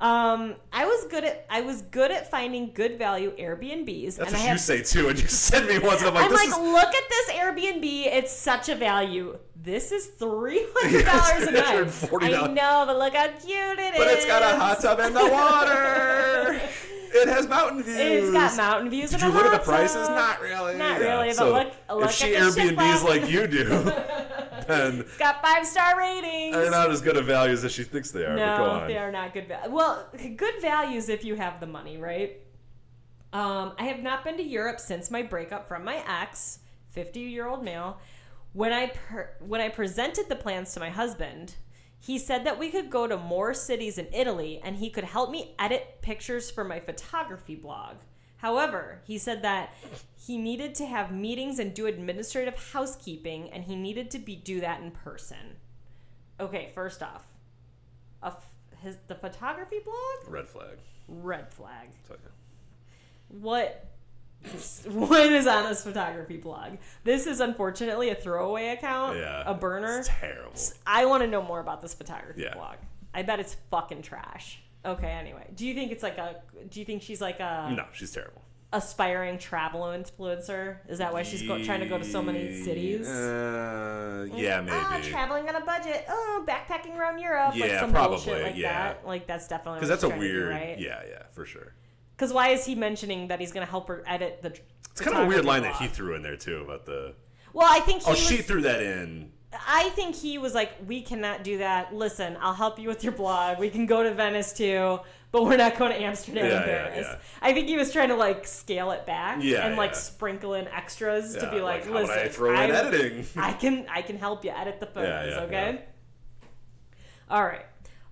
A: Um, I was good at I was good at finding good value Airbnbs
B: That's
A: and I
B: what
A: have
B: you say too, and you <laughs> send me once, and I'm like,
A: I'm like,
B: this is
A: look at this Airbnb. It's such a value. This is
B: <laughs>
A: three hundred dollars a
B: Yeah,
A: night.
B: it's
A: I
B: $340.
A: know, but look how cute it is.
B: But it's got a hot tub and the
A: <laughs>
B: water. it has mountain views.
A: It's got mountain views.
B: Did
A: and a
B: you look at the
A: hot
B: prices?
A: tub.
B: Not really.
A: Not really, but
B: so
A: look- look
B: if she
A: at the ship
B: Airbnbs
A: lab.
B: like
A: <laughs>
B: you do, then
A: It's got five star ratings.
B: they're not as good of values as she thinks they are. but go
A: No,
B: on.
A: they are not good value. Well, good values if you have the money, right? Um, I have not been to Europe since my breakup from my ex, fifty-year-old male. When I per- when I presented the plans to my husband, he said that we could go to more cities in Italy, and he could help me edit pictures for my photography blog. However, he said that he needed to have meetings and do administrative housekeeping, and he needed to be do that in person. Okay, first off, a f- his the photography blog
B: Red flag.
A: red flag
B: It's like-
A: what
B: <laughs>
A: what is on this photography blog this is unfortunately a throwaway account
B: Yeah.
A: a burner
B: It's terrible.
A: i want to know more about this photography
B: Yeah.
A: blog i bet it's fucking trash okay anyway do you think it's like a do you think she's like a
B: No, she's terrible.
A: aspiring travel influencer is that why she's go, trying to go to so many cities
B: Uh, yeah,
A: Oh,
B: maybe.
A: traveling on a budget. Oh, backpacking around Europe. like
B: Yeah,
A: some
B: probably,
A: Bullshit like
B: yeah.
A: that. Like that's definitely
B: Because
A: what
B: that's a
A: she's trying to do, right?
B: weird. Yeah, yeah, for sure.
A: Because why is he mentioning that he's going to help her edit the?
B: It's kind of a weird line that he threw in there too about the.
A: Well, I think he.
B: Oh,
A: was,
B: she threw that in.
A: I think he was like, "We cannot do that. Listen, I'll help you with your blog. We can go to Venice too, but we're not going to Amsterdam
B: Yeah,
A: and
B: yeah,
A: Paris."
B: yeah.
A: I think he was trying to like scale it back
B: Yeah,
A: and like
B: yeah.
A: sprinkle in extras to
B: Yeah,
A: be like,
B: how would
A: "Listen,
B: I throw in editing. <laughs>
A: I can I can help you edit the photos,
B: yeah,
A: okay? All right.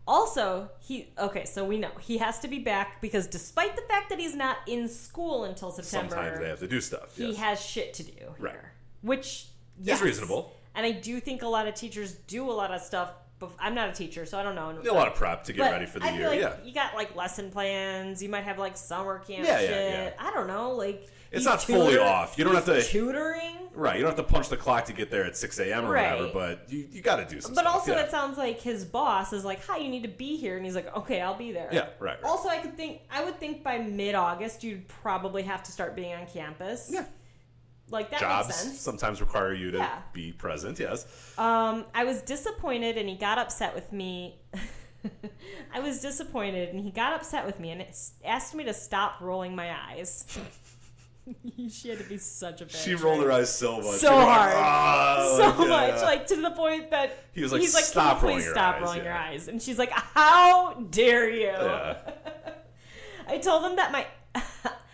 A: Also, he okay, so we know he has to be back because despite the fact that he's not in school until September,
B: Sometimes they have to do stuff.
A: he
B: yes.
A: has shit to do here,
B: Right.
A: which yes.
B: reasonable.
A: And I do think a lot of teachers do a lot of stuff. Bef- I'm not a teacher, so I don't know.
B: a lot of prep to get
A: But
B: ready for the
A: I feel
B: year.
A: like
B: yeah,
A: you got like lesson plans. You might have like summer camp
B: Yeah, yeah,
A: shit.
B: yeah.
A: I don't know. Like
B: It's
A: he's
B: not fully off. You don't
A: he's
B: have to-
A: tutoring.
B: right. You don't have to punch the clock to get there at six a.m. or
A: Right.
B: whatever, but you, you got to do some.
A: But
B: stuff,
A: also,
B: yeah.
A: it sounds like his boss is like, "Hi, you need to be here," and he's like, "Okay, I'll be there."
B: Yeah, right, right.
A: Also, I could think I would think by mid-August you'd probably have to start being on campus.
B: Yeah.
A: like that
B: jobs
A: makes sense.
B: sometimes require you to
A: Yeah.
B: be present. Yes,
A: Um, I was disappointed, and he got upset with me. <laughs> I was disappointed, and he got upset with me, and s- asked me to stop rolling my eyes. <laughs> she had to be such a bitch.
B: she rolled her eyes so much,
A: So
B: She was like,
A: hard.
B: "Ah,
A: <laughs> so
B: yeah."
A: much, like to the point that
B: He was like,
A: he's like, "Can
B: "Stop
A: you please
B: rolling your
A: stop
B: eyes,"
A: rolling your
B: yeah.
A: eyes, and she's like, how dare you?
B: Yeah.
A: <laughs> I told him that my,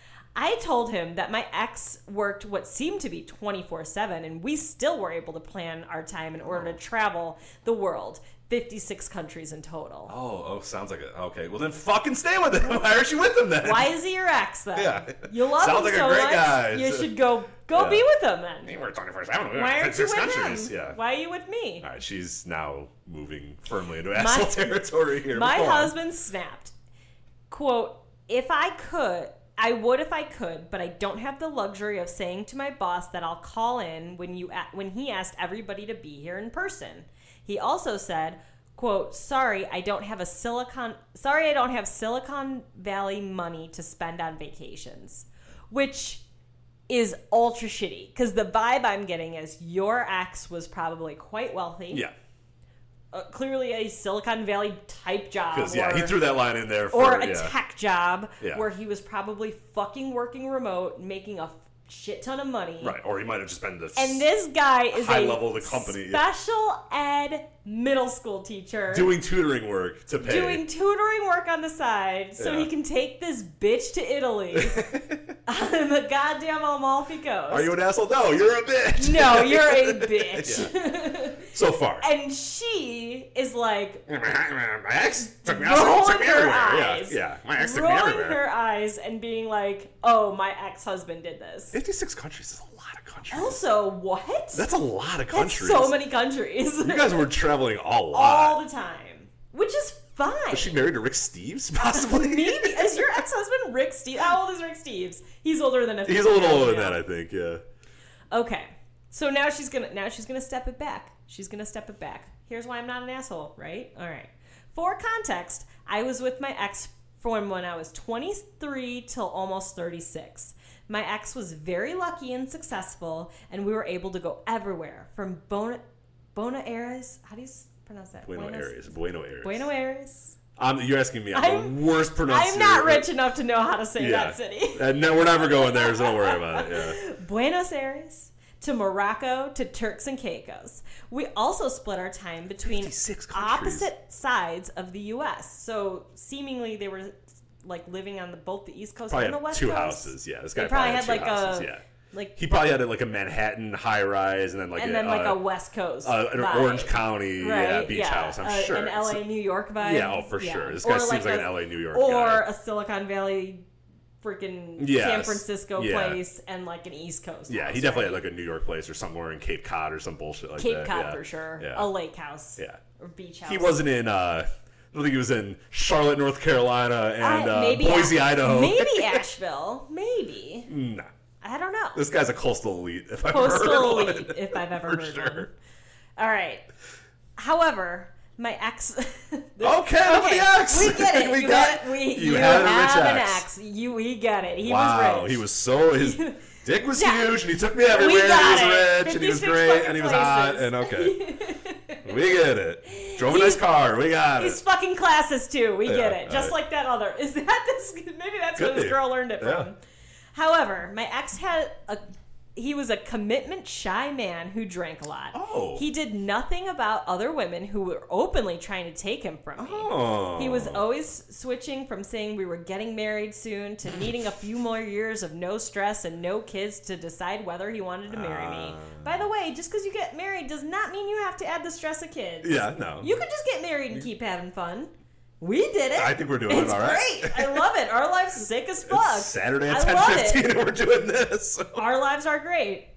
A: <laughs> I told him that my ex worked what seemed to be twenty four seven, and we still were able to plan our time in order to travel the world, fifty six countries in total.
B: Oh, oh, sounds like a okay. Well, then fucking stay with him. <laughs> Why is she with him then?
A: Why is he your ex then?
B: Yeah.
A: You love
B: Sounds
A: him
B: like a
A: so
B: great
A: much.
B: guy.
A: You should go go
B: Yeah.
A: be with him then.
B: We were twenty four seven. We were
A: Why
B: in
A: aren't you
B: six
A: with
B: countries.
A: him?
B: Yeah.
A: Why are you with me?
B: All right, she's now moving firmly into asshole <laughs> territory here.
A: My
B: Go on.
A: husband snapped, quote, if I could, I would if I could, but I don't have the luxury of saying to my boss that I'll call in when you a- when he asked everybody to be here in person. He also said, quote, sorry, I don't have a silicon sorry I don't have Silicon Valley money to spend on vacations. Which is ultra shitty because the vibe I'm getting is your ex was probably quite wealthy.
B: Yeah.
A: Uh, clearly a Silicon Valley type job.
B: Because, yeah,
A: or-
B: he threw that line in there for,
A: or a
B: yeah.
A: tech job
B: Yeah.
A: where he was probably fucking working remote, making a shit ton of money.
B: Right. Or he might have just been the.
A: And this guy is
B: High
A: a
B: level of the company, yeah.
A: special ed middle school teacher
B: doing tutoring work to pay.
A: doing tutoring work on the side so
B: Yeah.
A: he can take this bitch to
B: <laughs>
A: Italy on the goddamn Amalfi Coast.
B: Are you an asshole? No, you're a bitch. <laughs>
A: no, you're a bitch.
B: so far.
A: and she is like
B: <laughs> my ex took me,
A: rolling
B: took me
A: her
B: everywhere.
A: eyes.
B: Yeah, yeah. My ex took me
A: rolling her
B: everywhere.
A: eyes and being like, "Oh, my ex-husband did this."
B: 56 countries is a lot of countries.
A: Also, what?
B: That's a lot of
A: That's
B: countries.
A: so many countries
B: You guys were traveling a
A: <laughs>
B: lot.
A: all the time, which is fine.
B: Was she married to Rick Steves, <laughs> possibly?
A: Maybe is your ex-husband Rick Steves? How old is Rick Steves? He's older than a.
B: He's a little older than that, I think, yeah.
A: Okay, so now she's gonna now she's gonna step it back. She's gonna step it back. Here's why I'm not an asshole, right? All right. For context, I was with my ex from when I was 23 till almost 36. My ex was very lucky and successful, and we were able to go everywhere from Bona Bona Aires. How do you s- pronounce that?
B: Bueno
A: Buenos-
B: Aires. Bueno Aires.
A: Buenos Aires.
B: Um, you're asking me. I'm,
A: I'm-
B: the worst pronunciator.
A: I'm not rich enough to know how to say
B: Yeah.
A: that city. <laughs>
B: Uh, no, we're never going there, so don't worry about it. Yeah.
A: Buenos Aires to Morocco to Turks and Caicos. We also split our time between
B: 56 countries.
A: opposite sides of the U.S. So seemingly they were like living on the, both the East Coast
B: Probably
A: and the
B: had
A: West
B: two
A: Coast.
B: houses. Yeah, this guy
A: They probably had
B: two
A: like
B: houses.
A: a
B: Yeah.
A: like
B: He probably had like a Manhattan high rise and then like
A: and
B: a,
A: then like
B: uh,
A: a West Coast,
B: uh, an
A: vibe,
B: Orange County yeah, beach house. I'm
A: Uh,
B: sure.
A: an LA New York vibe.
B: Yeah, oh, for sure. This guy seems like an LA New York
A: or
B: guy.
A: a Silicon Valley, freaking San
B: Yes.
A: Francisco
B: Yeah.
A: place, and like an East Coast.
B: yeah, he
A: house,
B: definitely
A: right?
B: had like a New York place or somewhere in Cape Cod or some bullshit like
A: Cape
B: that.
A: Cod
B: yeah.
A: for sure.
B: Yeah.
A: A lake house.
B: Yeah.
A: Or beach house.
B: He wasn't in. uh I don't think he was in Charlotte, North Carolina, and
A: Uh,
B: uh, Boise,
A: Ash-
B: Idaho. <laughs>
A: Maybe Asheville. Maybe.
B: nah,
A: I don't know.
B: this guy's a coastal elite. If I've
A: Postal
B: heard
A: elite, if I've ever
B: For
A: heard
B: sure.
A: one. All right. However, my ex. <laughs>
B: Okay, enough of Oh, the ex.
A: We
B: <laughs>
A: get it.
B: We
A: you
B: got-
A: had, we,
B: you had a rich
A: have an
B: ex.
A: ex. You we get it. He
B: wow,
A: was rich.
B: he was
A: <laughs>
B: so his dick was
A: Yeah.
B: huge, and he took me everywhere. And
A: got
B: he was
A: it. 56
B: rich, and he was great,
A: fucking
B: and he was hot,
A: places. <laughs>
B: and okay, we get it. Drove a nice
A: He's-
B: car, we got
A: These
B: it.
A: fucking classes too. We get
B: Yeah,
A: it. Just
B: all right.
A: like that other. <laughs> Is that this? Maybe that's where
B: Could
A: this
B: be.
A: girl learned it from.
B: Yeah.
A: However, my ex had a. He was a commitment shy man who drank a lot.
B: Oh.
A: He did nothing about other women who were openly trying to take him from me.
B: Oh.
A: He was always switching from saying we were getting married soon
B: <laughs>
A: to needing a few more years of no stress and no kids to decide whether he wanted to marry me.
B: Ah.
A: By the way, just because you get married does not mean you have to add the stress of kids.
B: Yeah, no.
A: You could just get married and keep having fun. We did it.
B: I think we're doing
A: it's
B: it all right. <laughs>
A: great. I love it. Our life's sick as fuck.
B: It's Saturday at
A: I love
B: ten
A: it.
B: fifteen, <laughs> and we're doing this. <laughs>
A: Our lives are great.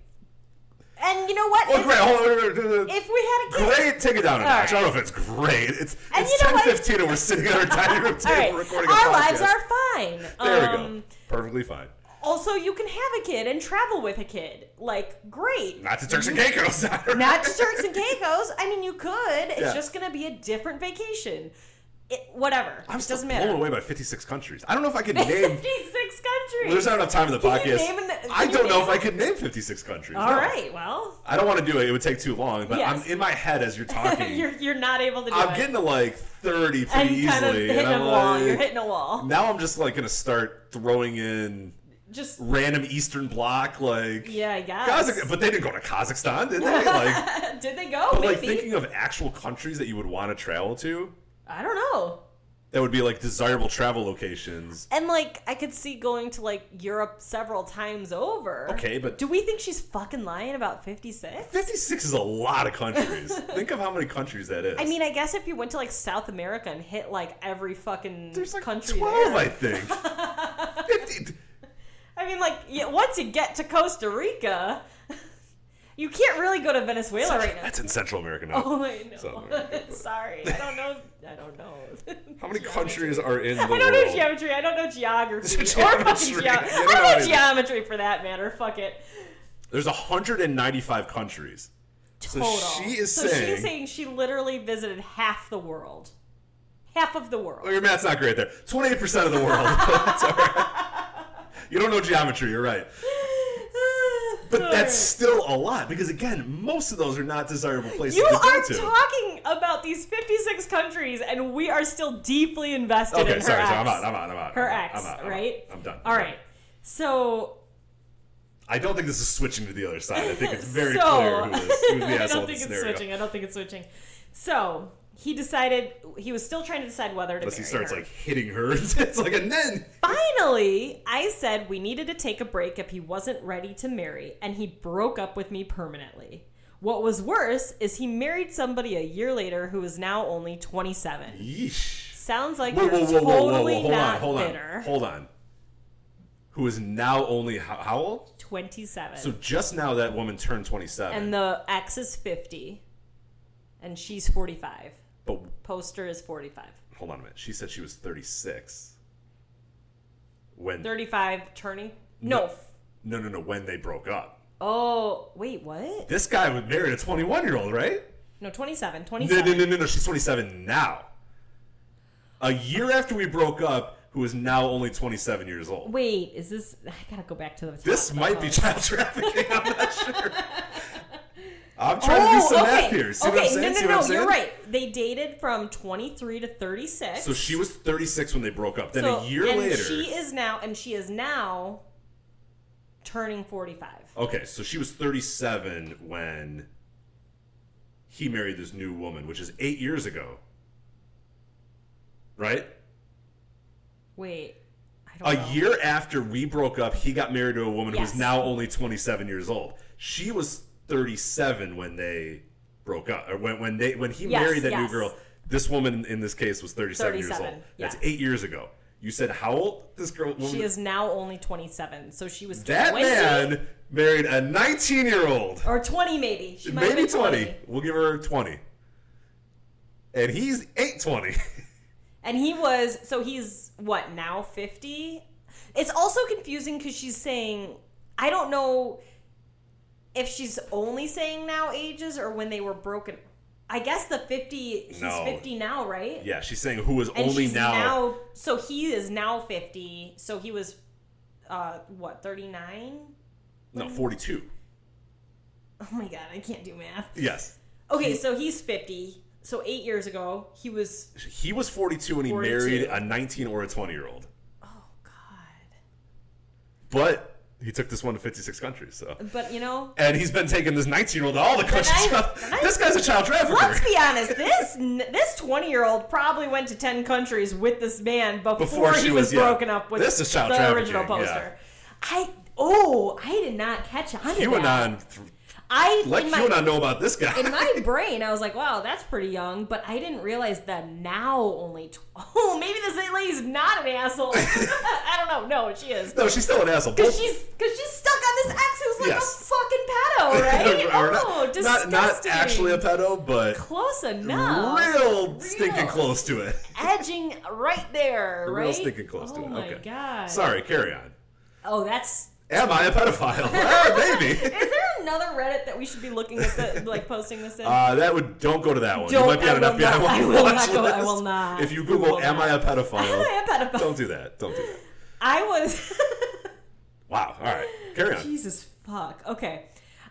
A: And you know what?
B: Well,
A: If-
B: Oh, great. Hold on, wait, wait, wait, wait.
A: If we had a kid,
B: Great, take it down a
A: All
B: notch. I
A: right.
B: don't know if it's great. It's,
A: And
B: it's
A: you know
B: ten
A: what?
B: fifteen, and we're sitting at our dining
A: <laughs>
B: room
A: all
B: table
A: right,
B: recording a
A: our lives
B: podcast.
A: are fine.
B: There
A: um,
B: we go. Perfectly fine.
A: Also, you can have a kid and travel with a kid. Like, great.
B: Not to Turks and
A: <laughs>
B: Caicos. <laughs>
A: Not to Turks and Caicos. I mean, you could. It's
B: Yeah.
A: just going to be a different vacation. It, whatever.
B: I'm
A: it
B: still
A: doesn't matter.
B: blown away by 56 countries. I don't know if
A: <laughs>
B: I could name.
A: 56 countries.
B: Well, there's not enough time in the
A: Can you
B: podcast.
A: name an-
B: I
A: can you
B: don't know
A: name
B: if I could name 56 countries.
A: All
B: no.
A: right, well,
B: I don't want to do it. It would take too long. But
A: Yes.
B: I'm in my head
A: <laughs>
B: as you're talking.
A: you're, you're not able to do
B: I'm
A: it.
B: getting to like 30 pretty
A: and
B: easily.
A: kind of hitting
B: and
A: a
B: I'm
A: wall. you're
B: like-
A: hitting a wall.
B: now I'm just like gonna start throwing in
A: Just,
B: random Eastern Bloc like
A: yeah, I guess.
B: Kazakh- but they didn't go to Kazakhstan,
A: <laughs>
B: did they? Like,
A: Did they go?
B: but
A: Maybe.
B: like thinking of actual countries that you would want to travel to,
A: I don't know.
B: that would be like desirable travel locations.
A: And like, I could see going to like Europe several times over.
B: Okay, but-
A: do we think she's fucking lying about fifty six?
B: 56 is a lot of countries.
A: <laughs>
B: Think of how many countries that is.
A: I mean, I guess if you went to like South America and hit like every fucking
B: there's like
A: country
B: 12,
A: there.
B: I think.
A: <laughs>
B: 50,
A: I mean, like yeah, once you get to Costa Rica, <laughs> you can't really go to Venezuela right now.
B: that's in Central America now.
A: <laughs> Oh, I know.
B: South America,
A: <laughs>
B: but-
A: Sorry, I don't know. I don't
B: <laughs>
A: know.
B: How many countries
A: <laughs>
B: are in the
A: I don't
B: world?
A: know geometry. I don't know
B: <laughs>
A: geography. Or fucking geo-
B: Geometry. You
A: I
B: don't know
A: don't know
B: anything.
A: geometry for that matter. Fuck it.
B: There's 195 countries. So
A: Total.
B: she is
A: so she's
B: saying-
A: saying she literally visited half the world, half of the world. <sighs>
B: Well, Oh, your math's not great there. <laughs> 28% of the world. That's all right. You don't know geometry, you're right. But that's still a lot because again, most of those are not desirable places
A: You
B: to
A: are
B: go to.
A: talking about these 56 countries, and we are still deeply invested in
B: okay,
A: her
B: sorry,
A: ex.
B: sorry, I'm out, I'm out, I'm out.
A: her
B: I'm out,
A: ex,
B: I'm out, I'm out.
A: right?
B: I'm done.
A: All right. So
B: I don't think this is switching to the other side. I
A: <laughs>
B: think it's very
A: so,
B: clear who is, <laughs> who's
A: <laughs>
B: the
A: I don't
B: asshole in
A: think
B: this
A: it's
B: scenario.
A: switching. I don't think it's switching. So he decided he was still trying to decide whether to
B: Unless he
A: marry
B: starts
A: her.
B: like hitting her, <laughs> it's like and then
A: Finally, I said we needed to take a break if he wasn't ready to marry, and he broke up with me permanently. What was worse is he married somebody a year later who is now only 27.
B: yeesh.
A: Sounds like
B: Whoa,
A: you're
B: whoa, whoa, whoa, whoa,
A: totally
B: whoa! Hold
A: not
B: on, hold on,
A: bitter.
B: hold on. Who is now only how, how old?
A: 27.
B: So just now that woman turned twenty-seven.
A: and the ex is 50, and she's 45.
B: but
A: Poster is 45.
B: hold on a minute. She said she was thirty-six. When
A: 35 turning? No. f-
B: no, no, no. When they broke up,
A: Oh, wait, what?
B: this guy was married a twenty-one-year-old, right?
A: No, 27.
B: No,
A: 27.
B: no, no, no, no. She's 27 now. A year after we broke up, who is now only 27 years old.
A: Wait, is this. I gotta go back to the. Top
B: This
A: of the
B: might be
A: post.
B: child trafficking. I'm
A: <laughs>
B: not sure. I'm trying to do some math here. See
A: Oh, okay.
B: what I'm saying?
A: No,
B: See
A: no,
B: what
A: no.
B: I'm saying?
A: You're right. They dated from 23 to 36.
B: So she was 36 when they broke up. Then
A: So-
B: a year
A: and
B: later.
A: she is now, and she is now turning 45.
B: okay, so she was 37 when he married this new woman, which is eight years ago. Right?
A: Wait, I don't
B: A
A: know.
B: year after we broke up, he got married to a woman
A: Yes.
B: who's now only 27 years old. She was 37 when they broke up, or when when they when he
A: Yes,
B: married that
A: yes.
B: new girl. This woman in this case was 37, years
A: 37,
B: old. That's
A: yeah.
B: eight years ago. You said how old this girl? Woman,
A: She is now only 27. So she was
B: that
A: 20
B: man married a 19 year old,
A: or 20 maybe. She might have
B: maybe
A: been 20.
B: 20. We'll give her 20, and he's 820.
A: And he was so he's what now 50? It's also confusing cuz she's saying I don't know if she's only saying now ages or when they were broken. I guess the 50 he's
B: No.
A: 50 now, right?
B: <laughs> yeah, she's saying who is
A: And
B: only
A: she's
B: now,
A: so he is now 50. So he was uh what 39?
B: no 42.
A: Oh my god, I can't do math.
B: Yes.
A: Okay, so he's 50. So 8 years ago, he was
B: He was 42 when he
A: 42.
B: married a 19 or a 20 year old.
A: oh god.
B: But he took this one to 56 countries. So,
A: But you know,
B: and he's been taking this 19 year old to all the countries. <laughs>
A: I- and I-
B: this guy's a child
A: Let's
B: trafficker. <laughs>
A: be honest. This this twenty year old probably went to ten countries with this man before,
B: Before
A: he
B: she
A: was,
B: was, yeah.
A: broken up with
B: This is child
A: the
B: trafficking,
A: original
B: yeah.
A: poster. I oh I did not catch on. to that.
B: QAnon, th-
A: I
B: let
A: in my,
B: QAnon know about this guy.
A: in my brain I was like, wow, that's pretty young, but I didn't realize that now only. Tw- <laughs> oh, maybe this lady's not an asshole. <laughs> I don't know. No, she is.
B: <laughs> no, she's still an asshole.
A: Cause
B: <laughs>
A: she's, cause she's stuck on this ex who's like
B: Yes.
A: a fucking pedo, right?
B: <laughs> Or not-
A: oh,
B: not,
A: disgusting.
B: not actually a pedo, but
A: close enough.
B: real, stinking
A: Real.
B: close to it.
A: edging right there, right?
B: Real stinking close
A: oh
B: to it.
A: my
B: okay.
A: god.
B: Sorry, carry on.
A: Oh, that's.
B: Am I a pedophile? <laughs> oh, maybe.
A: Is there another Reddit that we should be looking at, the, like posting this in?
B: <laughs> Uh, that would don't go to that one.
A: Don't-
B: you might be
A: I
B: on
A: will
B: an FBI
A: not- I will
B: watch
A: not go- I will
B: <laughs> list.
A: not.
B: If you
A: I
B: Google
A: will
B: "Am I a
A: not.
B: pedophile?"
A: Am <laughs> I a pedophile?
B: Don't do that. Don't do that.
A: I was. <laughs>
B: Wow. All right. Carry on.
A: Jesus fuck. Okay.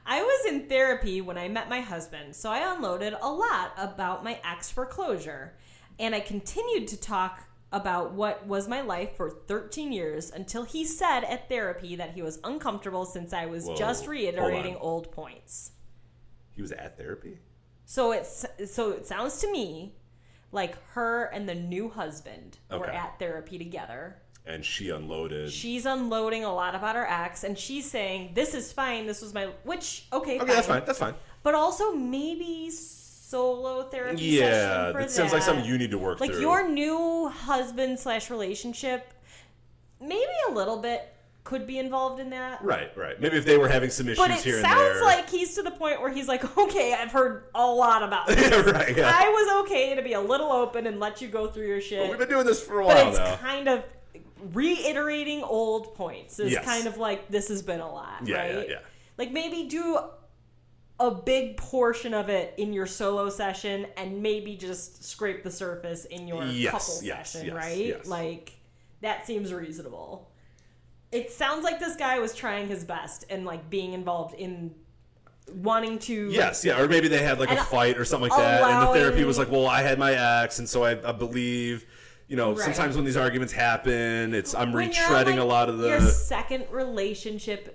A: I was in therapy when I met my husband, so I unloaded a lot about my ex foreclosure. And I continued to talk about what was my life for 13 years until he said at therapy that he was uncomfortable since I was
B: Whoa.
A: just
B: Hold on.
A: reiterating old points.
B: He was at therapy.
A: So it's so it sounds to me like her and the new husband were
B: Okay.
A: at therapy together.
B: And she unloaded.
A: She's unloading a lot about her ex, and she's saying this is fine. This was my which okay,
B: okay, that's fine. That's fine.
A: But also maybe solo therapy.
B: Yeah,
A: session for
B: that sounds like
A: that.
B: something you need to work
A: like
B: through.
A: your new husband slash relationship. Maybe a little bit could be involved in that.
B: right, right. Maybe if they were having some issues
A: But it
B: here and
A: sounds
B: there.
A: like he's to the point where he's like, okay, I've heard a lot about
B: <laughs>
A: this.
B: <laughs> yeah, right. Yeah.
A: <laughs> I was okay to be a little open and let you go through your shit.
B: We've been doing this for a
A: but
B: while
A: it's
B: now.
A: kind of reiterating old points. It's
B: Yes.
A: kind of like this has been a lot,
B: Yeah,
A: right?
B: yeah, yeah.
A: Like maybe do a big portion of it in your solo session and maybe just scrape the surface in your
B: Yes,
A: couple
B: yes,
A: session,
B: yes,
A: right?
B: yes.
A: Like that seems reasonable. it sounds like this guy was trying his best and like being involved in wanting to
B: Yes, yeah, or maybe they had like
A: And
B: a fight or something like that, and the
A: allowing-
B: therapy was like, "Well, I had my ex, and so I, I believe." You know,
A: Right.
B: sometimes when these arguments happen, it's I'm
A: When you're on,
B: retreading
A: like,
B: a lot of the.
A: your second relationship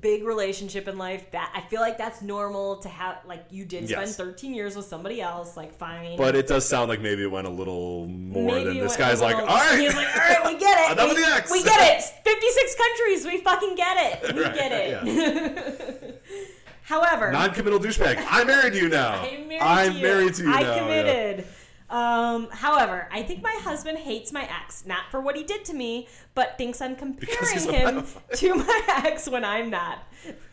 A: big relationship in life that i feel like that's normal to have like you did spend
B: Yes.
A: 13 years with somebody else like fine
B: But it does sound like maybe it went a little more
A: Maybe
B: than
A: it
B: this
A: went
B: guy's
A: a
B: like, all
A: little- <laughs>
B: right,
A: He's like, all right, we get it.
B: Enough
A: we,
B: of the X."
A: We get it. 56 countries. We fucking get
B: <laughs>
A: it. We
B: Right,
A: get it. <laughs> However,
B: <laughs> non-committal douchebag. I married you now.
A: I'm married
B: I'm
A: to you.
B: married to you
A: I
B: now. yeah.
A: committed. Um, however, I think my husband hates my ex, not for what he did to me, but thinks I'm
B: <laughs> Because he's
A: comparing
B: a
A: him
B: pedophile.
A: to my <laughs> ex when I'm not.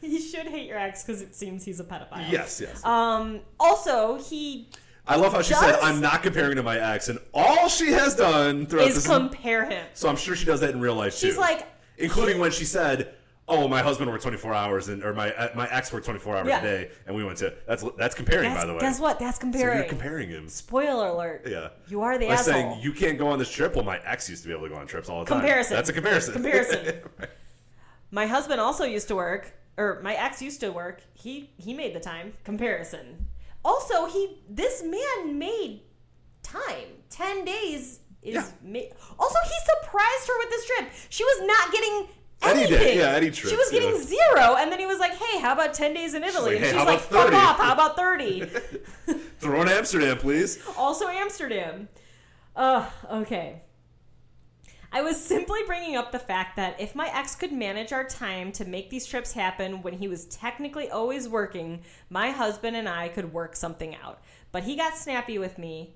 A: He should hate your ex because it seems he's a pedophile.
B: Yes, yes.
A: Um, also, he
B: I love how she said,
A: does-
B: "I'm not comparing to my ex," and all she has done throughout
A: is
B: this.
A: compare him.
B: so I'm sure she does that in real life
A: She's
B: too.
A: like,
B: including when she said, "Oh, my husband worked 24 hours, and or my uh, my ex worked 24 hours
A: Yeah.
B: a day, and we went to." That's that's comparing,
A: that's,
B: by the way.
A: guess what? That's
B: So
A: comparing.
B: you're comparing him.
A: Spoiler alert.
B: Yeah.
A: You are the
B: By
A: asshole.
B: saying you can't go on this trip, well, my ex used to be able to go on trips all the time.
A: Comparison.
B: That's a comparison.
A: Comparison. my husband also used to work, or my ex used to work. He he made the time. Comparison. Also, he this man made time. Ten days is.
B: Yeah.
A: Ma- also, he surprised her with this trip. She was not getting.
B: Any
A: Anything.
B: day, yeah, any trip,
A: She was
B: yeah.
A: getting zero, and then he was like, "Hey, how about ten days in Italy?"
B: like, "Hey,
A: and
B: how
A: she's like,
B: about
A: "Fuck
B: 30?"
A: off! How about
B: <laughs>
A: thirty?
B: <laughs> Throw in Amsterdam, please.
A: also Amsterdam. Ugh, okay. I was simply bringing up the fact that if my ex could manage our time to make these trips happen when he was technically always working, my husband and I could work something out. But he got snappy with me.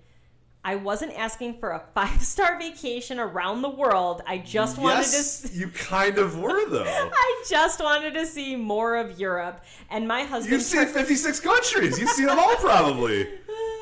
A: I wasn't asking for a five star vacation around the world. I just <laughs> wanted to.
B: yes, you kind of were
A: <laughs>
B: though.
A: I just wanted to see more of Europe, and my husband.
B: You've seen 56 countries. You've seen them all probably.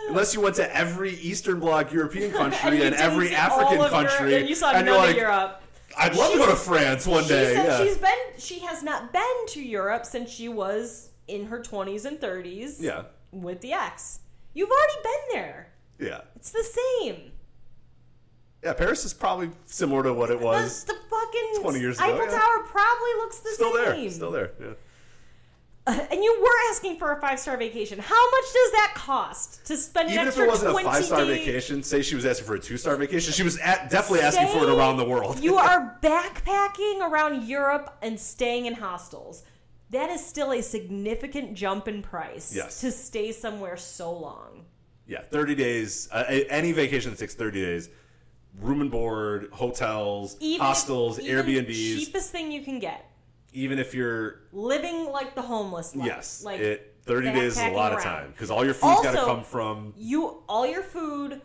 B: Unless you went to every Eastern
A: <laughs>
B: Bloc European country
A: you
B: and,
A: didn't
B: every
A: see
B: African
A: all of Europe,
B: country.
A: and you saw
B: and
A: none
B: you're like,
A: of Europe.
B: I'd love to go to France one
A: She
B: day.
A: said
B: yeah.
A: she's been she has not been to Europe since she was in her 20s and 30s
B: yeah.
A: with the ex. You've already been there.
B: Yeah.
A: It's the same.
B: Yeah, Paris is probably similar to what it
A: The,
B: was.
A: the fucking
B: 20 years ago,
A: Eiffel
B: yeah.
A: Tower probably looks the
B: Still
A: same.
B: there. Still there. Yeah.
A: <laughs> And you were asking for a five-star vacation. How much does that cost to spend an
B: Even if
A: extra
B: it wasn't a
A: 20
B: five star
A: days-
B: vacation, say she was asking for a two star vacation, she was at, definitely asking for it
A: Say
B: around the world.
A: you are backpacking around Europe and staying in hostels. That is still a significant jump in price
B: Yes.
A: to stay somewhere so long.
B: <laughs> Yeah, 30 days. Uh, a- any vacation that takes 30 days. Room and board, hotels, hostels,
A: even
B: Airbnbs.
A: Cheapest thing you can get.
B: Even if you're
A: Living like the homeless life.
B: yes,
A: Like
B: it 30 days is a
A: backpacking
B: lot of
A: around.
B: time because all your food's got to
A: Also-
B: come from.
A: you all your food,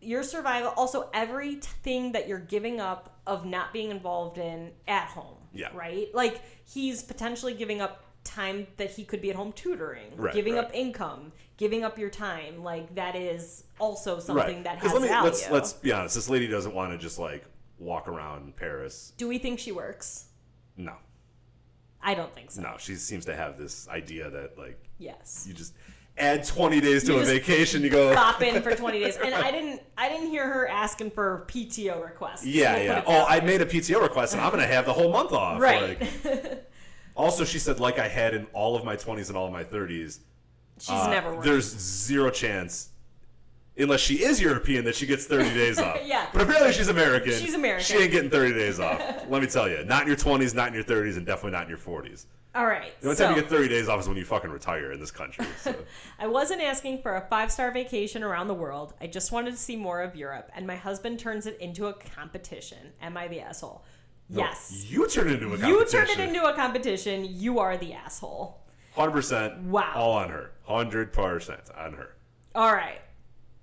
A: your survival, also everything that you're giving up of not being involved in at home.
B: Yeah.
A: Right? Like he's potentially giving up time that he could be at home tutoring,
B: Right,
A: giving
B: right.
A: up income, giving up your time. Like that is also something
B: Right.
A: that
B: 'Cause
A: has
B: let me
A: value.
B: let's let's be honest. This lady doesn't want to just like walk around Paris.
A: Do we think she works?
B: No.
A: I don't think so.
B: No, she seems to have this idea that like
A: Yes.
B: you just add 20 days to
A: You
B: a
A: just
B: vacation, you go
A: bop in
B: <laughs>
A: for 20 days and i didn't i didn't hear her asking for pto requests
B: Yeah,
A: We'll put <laughs>
B: yeah.
A: it
B: Oh,
A: that
B: I
A: way.
B: made a PTO request and I'm going to have the whole month off.
A: right
B: Like, also, she said like I had in all of my 20s and all of my 30s.
A: <laughs> she's
B: uh,
A: never worked
B: There's zero chance, unless she is European, that she gets 30
A: <laughs>
B: days off.
A: Yeah.
B: But apparently she's American.
A: She's American.
B: She ain't getting 30
A: <laughs>
B: days off. Let me tell you, not in your 20s, not in your 30s, and definitely not in your 40s.
A: all right
B: The only
A: so
B: time you get 30 days off is when you fucking retire in this country. So.
A: i wasn't asking for a five-star vacation around the world i just wanted to see more of europe and my husband turns it into a competition am i the asshole yes
B: You turned it into a
A: you
B: competition.
A: turned it into a competition you are the asshole
B: 100%.
A: Wow.
B: All on her. 100% on her.
A: All right.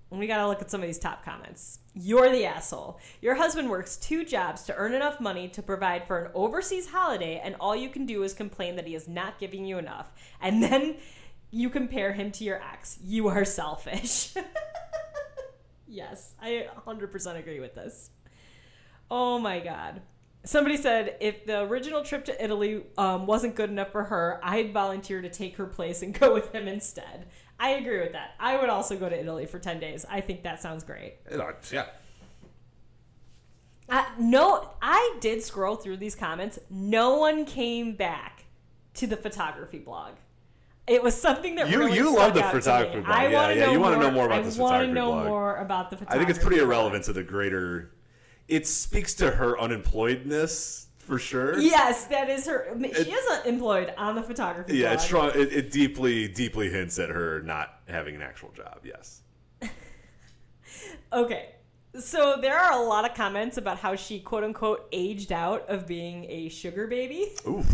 A: We got to look at some of these top comments. You're the asshole. Your husband works two jobs to earn enough money to provide for an overseas holiday, and all you can do is complain that he is not giving you enough. And then you compare him to your ex. You are selfish. <laughs> yes, I 100% agree with this. Oh my God. Somebody said if the original trip to Italy um, wasn't good enough for her, I'd volunteer to take her place and <laughs> go with him instead. I agree with that. I would also go to Italy for 10 days. I think that sounds great.
B: Yeah.
A: I, Uh, no, I did scroll through these comments. No one came back to the photography blog. It was something that
B: You-
A: really
B: you
A: stuck
B: love the
A: out to me.
B: photography blog.
A: I
B: Yeah,
A: wanna
B: yeah,
A: know
B: you
A: want
B: wanna
A: to
B: know more about this
A: I want to
B: photography
A: know
B: blog.
A: more about the photography.
B: I think it's pretty
A: blog.
B: irrelevant to the greater. It speaks to her unemployedness for sure.
A: Yes, that is her. I mean,
B: It-
A: she is employed on the photography.
B: Yeah,
A: blog.
B: it's strong. It, it deeply, deeply hints at her not having an actual job. Yes.
A: Okay. So there are a lot of comments about how she quote unquote aged out of being a sugar baby. <laughs>
B: Oof.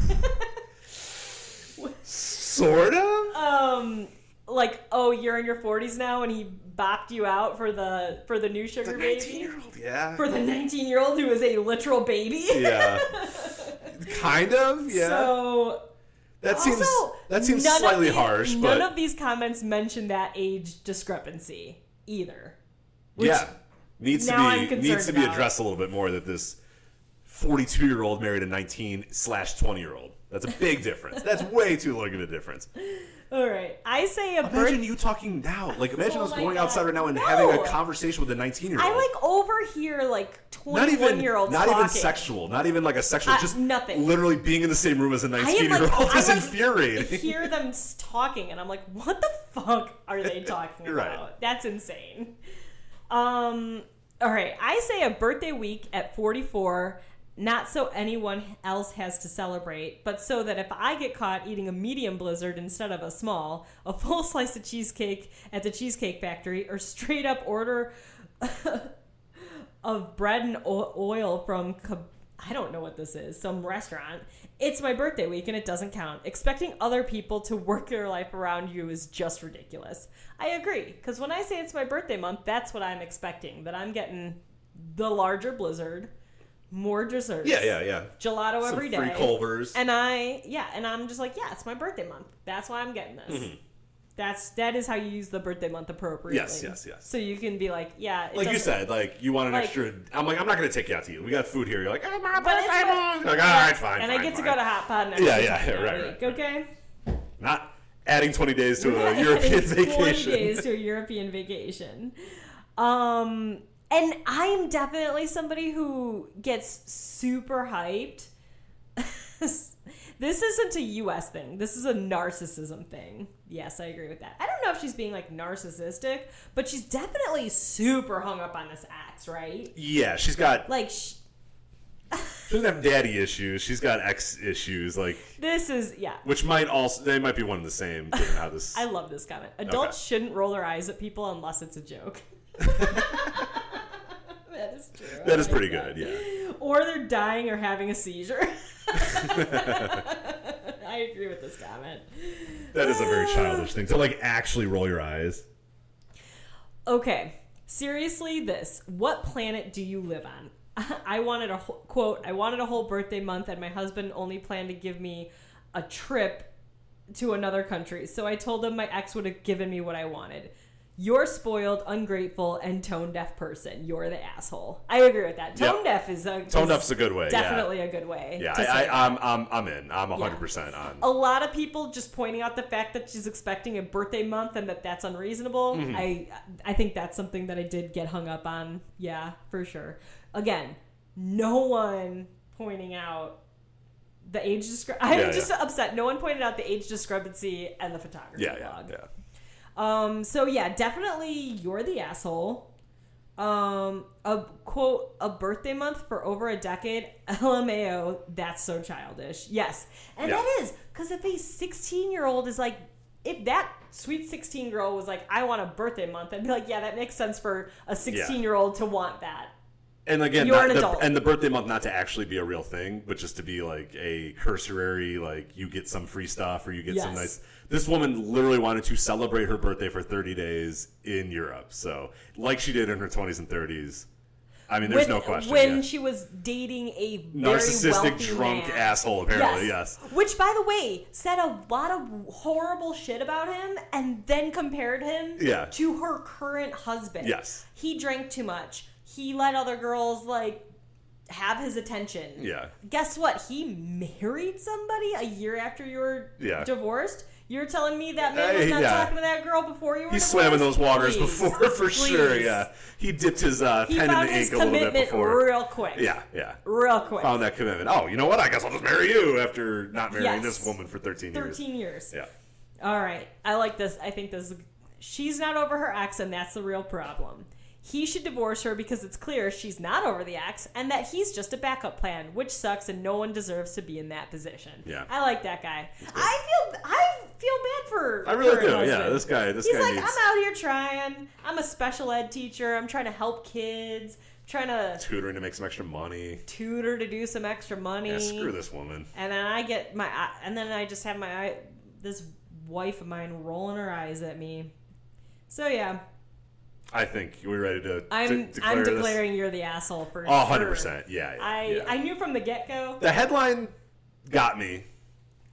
B: sort of.
A: Um like, oh, you're in your 40s now and he bopped you out for the for the new sugar baby.
B: Nineteen-year-old. Yeah.
A: For the 19-year-old who is a literal baby. <laughs>
B: yeah. Kind of. Yeah.
A: So
B: that seems.
A: also,
B: that seems
A: none of
B: slightly
A: the-
B: harsh,
A: None
B: but
A: of these comments mention that age discrepancy either. which
B: yeah, needs
A: now I'm
B: to be needs
A: concerned
B: to be
A: about.
B: addressed a little bit more. That this forty-two-year-old married a nineteen slash twenty-year-old. That's a big difference. That's way too long of a difference.
A: All right. I say a birth
B: Imagine you talking now. Like, imagine
A: Oh
B: us
A: my
B: going
A: God.
B: outside right now and
A: No.
B: having a conversation with a 19 year old.
A: I like overhear like
B: not
A: 21
B: even
A: year olds
B: not
A: talking.
B: even sexual, not even like a sexual,
A: Uh,
B: just
A: nothing.
B: Literally being in the same room as a
A: I
B: 19
A: am
B: year
A: <laughs> like, oh,
B: old
A: I
B: <laughs> is
A: like <laughs>
B: infuriating.
A: hear them s- talking, and I'm like, what the fuck are <laughs> they talking
B: You're right.
A: about? That's insane. Um, all right, I say a birthday week at 44, not so anyone else has to celebrate, but so that if I get caught eating a medium blizzard instead of a small, a full <laughs> slice of cheesecake at the Cheesecake Factory, or straight up order of bread and o- oil from Keb- I don't know what this is, some restaurant. It's my birthday week and it doesn't count. Expecting other people to work their life around you is just ridiculous. I agree, because when I say it's my birthday month, that's what I'm expecting. That I'm getting the larger blizzard, more desserts.
B: Yeah, yeah, yeah.
A: Gelato
B: Some
A: every day.
B: free Culvers.
A: And I, yeah, and I'm just like, yeah, it's my birthday month. That's why I'm getting this.
B: Mm-hmm.
A: That's that is how you use the birthday month appropriately.
B: Yes, yes, yes.
A: So you can be like, yeah, it
B: like you
A: doesn't-
B: said, like you want an
A: like-
B: extra. I'm like, I'm not going to take you out to eat. We got food here. You're like, oh, my
A: But it's
B: birthday
A: my-
B: month. Like, all right, fine.
A: and I
B: fine,
A: get to
B: fine. <laughs>
A: go to Hot Pot next
B: Yeah, yeah,
A: time,
B: yeah, right,
A: I
B: right,
A: think, Okay. <laughs>
B: Not adding 20 days to a European vacation.
A: Forty days to a European vacation. Um, and I'm definitely somebody who gets super hyped. <laughs> this isn't a U.S. thing. This is a narcissism thing. Yes, I agree with that. I don't know if she's being like narcissistic, but she's definitely super hung up on this ex, right?
B: <laughs> Yeah, she's got.
A: Like. Sh-
B: She doesn't have daddy issues. She's got ex issues. Like.
A: this is yeah
B: Which might also they might be one and the same given how this.
A: <laughs> I love this comment. Adults shouldn't roll their eyes at people unless it's a
B: <laughs>
A: joke. that is true. I
B: <laughs> that is
A: like
B: pretty
A: that.
B: good. Yeah,
A: Or they're dying or having a seizure. <laughs> I agree with this comment.
B: that is a very childish thing to like actually roll your eyes.
A: Okay, seriously, this. What planet do you live on? <laughs> I wanted a whole, quote. I wanted a whole birthday month, and my husband only planned to give me a trip to another country. So I told him my ex would have given me what I wanted. You're spoiled, ungrateful, and tone deaf person. You're the asshole. I agree with that. Tone deaf is a
B: Tone
A: is
B: deaf's a good way.
A: definitely a good way.
B: Yeah,
A: to
B: yeah.
A: say Oh
B: I,
A: that.
B: I, I'm I'm I'm in. I'm 100 percent on.
A: a lot of people just pointing out the fact that she's expecting a birthday month and that that's unreasonable.
B: Mm-hmm.
A: I I think that's something that I did get hung up on. Yeah, for sure. Again, no one pointing out the age discrepancy. <laughs> I'm
B: Yeah,
A: just
B: yeah.
A: upset. No one pointed out the age discrepancy and the photography
B: Yeah, yeah,
A: log.
B: yeah.
A: Um, so yeah, definitely you're the asshole. Um, a quote, a birthday month for over a decade. <laughs> LMAO, that's so childish. Yes. And
B: Yeah.
A: that is because if a 16 year old is like, if that sweet 16 girl was like, I want a birthday month, I'd be like, yeah, that makes sense for a 16 year old to want that.
B: And again,
A: You're
B: not
A: an
B: the,
A: adult.
B: and the birthday month not to actually be a real thing, but just to be like a cursory, like you get some free stuff or you get some
A: Yes.
B: nice. This woman literally wanted to celebrate her birthday for 30 days in Europe, so like she did in her 20s and 30s. I mean, there's
A: when,
B: no question.
A: When
B: yeah.
A: she was dating a very
B: narcissistic
A: wealthy
B: drunk
A: man.
B: asshole apparently yes,
A: Which, by the way, said a lot of horrible shit about him and then compared him
B: Yeah.
A: to her current husband.
B: Yes.
A: He drank too much. He let other girls, like, have his attention.
B: yeah
A: Guess what? He married somebody a year after you were
B: Yeah.
A: divorced. You're telling me that man was
B: Hey,
A: not
B: yeah.
A: talking to that girl before you were
B: He's slamming
A: divorced?
B: those waters
A: Please.
B: before <laughs> for sure.
A: Please.
B: Yeah, he dipped his uh,
A: He
B: pen in
A: found
B: the
A: his
B: ink a little bit
A: commitment
B: before.
A: real quick.
B: Yeah, yeah.
A: Real quick.
B: Found that commitment. Oh, you know what? I guess I'll just marry you after not marrying
A: Yes.
B: this woman for 13 years.
A: 13 years.
B: Yeah.
A: All right. I like this. I think this. She's not over her ex, and that's the real problem. He should divorce her because it's clear she's not over the ex and that he's just a backup plan, which sucks and no one deserves to be in that position.
B: Yeah.
A: I like that guy. I feel I feel bad for
B: I really
A: her
B: do. Yeah,
A: husband.
B: this guy. This
A: He's
B: guy
A: like,
B: needs.
A: I'm out here trying. I'm a special ed teacher. I'm trying to help kids. I'm trying to
B: tutoring to make some extra money.
A: tutor to do some extra money.
B: Yeah, screw this woman.
A: And then I get my, eye- and then I just have my eye, this wife of mine rolling her eyes at me. So yeah,
B: I think we're ready to. de-
A: I'm
B: declare
A: I'm
B: this?
A: declaring you're the asshole for
B: Oh, 100
A: sure.
B: percent. Yeah. yeah,
A: I
B: yeah.
A: I knew from the get go.
B: the headline got me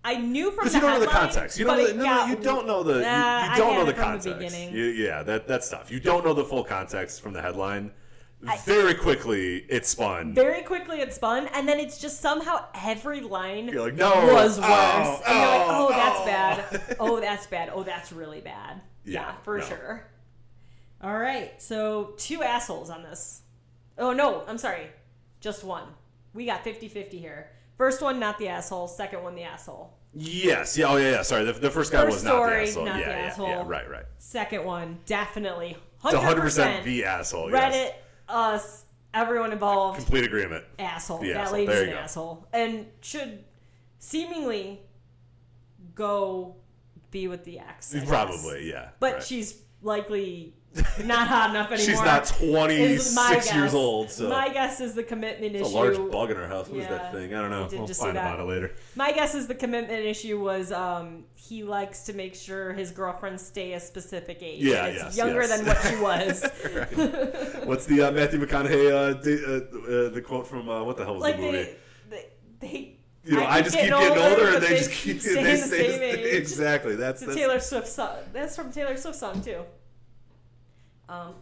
A: I knew from
B: because
A: the
B: you don't know the
A: headline,
B: context. You don't.
A: but
B: Know,
A: it
B: no, no,
A: got-
B: you don't know the. you-
A: Nah,
B: you,
A: I
B: don't
A: had
B: know
A: it
B: the
A: from the
B: context.
A: beginning.
B: You- yeah, that that stuff. You don't know the full context from the headline. Very quickly, it spun.
A: Very quickly it spun, and then it's just somehow every line
B: You're like, no,
A: was worse.
B: oh,
A: and you're like, oh,
B: oh,
A: that's
B: oh."
A: bad. Oh, that's bad. Oh, that's really bad.
B: <laughs> Yeah,
A: Yeah, for
B: no.
A: sure. All right. So, two assholes on this. Oh, no. I'm sorry. Just one. We got 50 50 here. First one, not the asshole. Second one, the asshole.
B: Yes. Yeah. Oh, yeah. yeah. Sorry. The, the first guy
A: First
B: was not the
A: story,
B: asshole.
A: not
B: yeah,
A: the
B: yeah,
A: asshole.
B: yeah. Right. Right.
A: Second one, definitely 100%,
B: It's 100 percent the asshole.
A: Reddit,
B: Yes.
A: us, everyone involved.
B: Complete agreement.
A: asshole.
B: The
A: that
B: asshole.
A: lady's
B: There
A: an
B: you go.
A: asshole. And should seemingly go be with the ex. I guess.
B: Probably. Yeah.
A: But
B: right.
A: she's
B: <laughs>
A: likely not hot enough anymore.
B: She's not
A: is my
B: 26 years
A: guess.
B: old, so
A: My guess is the commitment
B: it's a
A: issue.
B: large bug in her house. What is
A: Yeah.
B: that thing? I don't know.
A: did
B: we'll
A: just see
B: find
A: that.
B: out about it
A: <laughs>
B: later.
A: My guess is the commitment issue was um, he likes to make sure his girlfriends stay a specific age.
B: Yeah,
A: and it's
B: yes,
A: younger
B: yes.
A: than what she
B: <laughs>
A: was. <laughs>
B: What's the uh, Matthew McConaughey uh, d- uh, uh, the quote from uh, what the hell was
A: like
B: the movie?
A: they, they, they,
B: you know, I, just keep getting older,
A: but
B: and they, just keep <laughs>
A: staying
B: they
A: the
B: stay
A: same age.
B: Exactly. That's,
A: It's a
B: that's
A: Taylor Swift song. That's from Taylor Swift song too.
B: <laughs>
A: Um,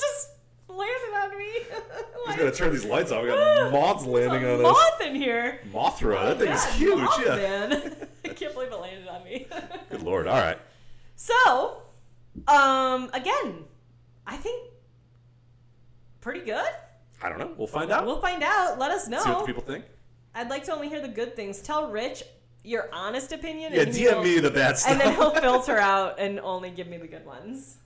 A: just landed on me. <laughs>
B: I'm
A: Like,
B: gonna turn these lights off. We got
A: <laughs>
B: moths
A: there's
B: landing
A: a
B: on us.
A: moth in here.
B: Mothra. That thing is
A: God,
B: huge.
A: moth,
B: yeah. <laughs>
A: man. I can't believe it landed on me. <laughs>
B: Good lord. All right.
A: so, um, again, I think pretty good.
B: I don't know. We'll find out.
A: We'll find out. Let us know.
B: See what the people think.
A: I'd like to only hear the good things. Tell Rich your honest opinion.
B: Yeah.
A: and he'll-
B: DM me the bad
A: <laughs>
B: stuff.
A: And
B: <laughs>
A: then he'll filter out and only give me the good ones.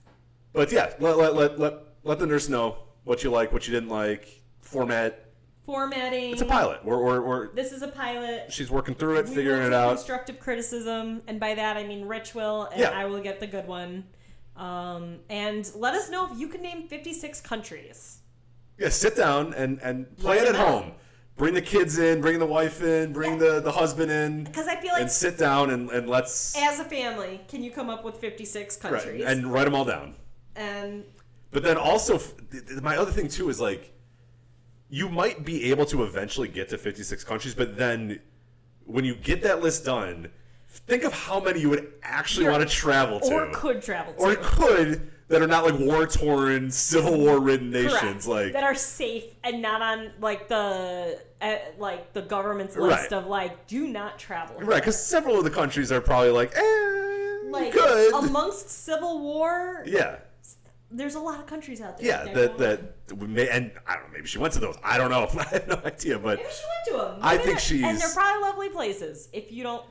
B: but yeah, let let let let let the nurse know what you like, what you didn't like. Format.
A: Formatting.
B: It's a pilot. We're we're, we're
A: This is a pilot.
B: she's working through it,
A: We
B: figuring
A: will
B: it
A: take
B: out.
A: Constructive criticism, and by that I mean Rich will, and
B: Yeah.
A: I will get the good one. Um, and let us know if you can name 56 countries.
B: Yeah, sit down and and play
A: Let
B: it at
A: them out.
B: home. Bring the kids in, bring the wife in, bring the the husband in,
A: Because I feel like
B: and sit down and and let's
A: as a family, can you come up with 56
B: right,
A: countries?
B: and write them all down.
A: and
B: But then also, f- th- th- my other thing too is like, you might be able to eventually get to 56 countries, but then when you get that list done, think of how many you would actually
A: You're-
B: want to travel to,
A: or could travel to.
B: or could that are not like war torn, civil war ridden
A: Correct.
B: nations. Like
A: that are safe and not on like the uh, like the government's list
B: Right.
A: of like do not travel.
B: right, because several of the countries are probably like, eh, you
A: Like
B: could,
A: amongst civil war,
B: yeah.
A: there's a lot of countries out there.
B: Yeah,
A: Declan.
B: that that we may, and I don't know. Maybe she went to those. I don't know. <laughs> I have no idea. But
A: Maybe she went to them.
B: I think she's-
A: and they're probably lovely places. If you don't,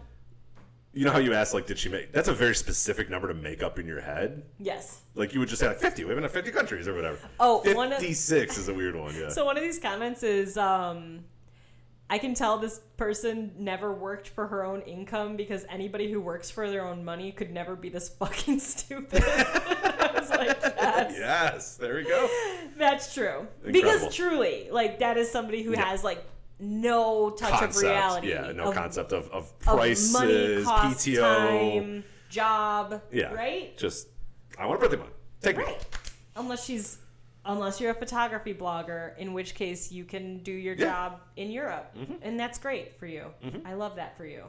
B: you know how you asked, like, did she make? That's a very specific number to make up in your head.
A: yes.
B: Like you would just say like fifty. We've been to fifty countries or whatever.
A: Oh, one of-
B: fifty-six is a weird one. Yeah.
A: So one of these comments is, um, I can tell this person never worked for her own income because anybody who works for their own money could never be this fucking <laughs> stupid. I was like, yes.
B: yes, there we go.
A: That's true.
B: Incredible.
A: Because truly, like that is somebody who
B: Yeah.
A: has like no touch of reality.
B: yeah, no
A: of,
B: concept of of
A: of
B: prices,
A: money, cost,
B: PTO.
A: time, job.
B: Yeah,
A: Right.
B: Just I want a birthday month. Take me.
A: Right. Unless she's, unless you're a photography blogger, in which case you can do your
B: Yeah. Mm-hmm.
A: job in Europe, and that's great for you. I love that for you.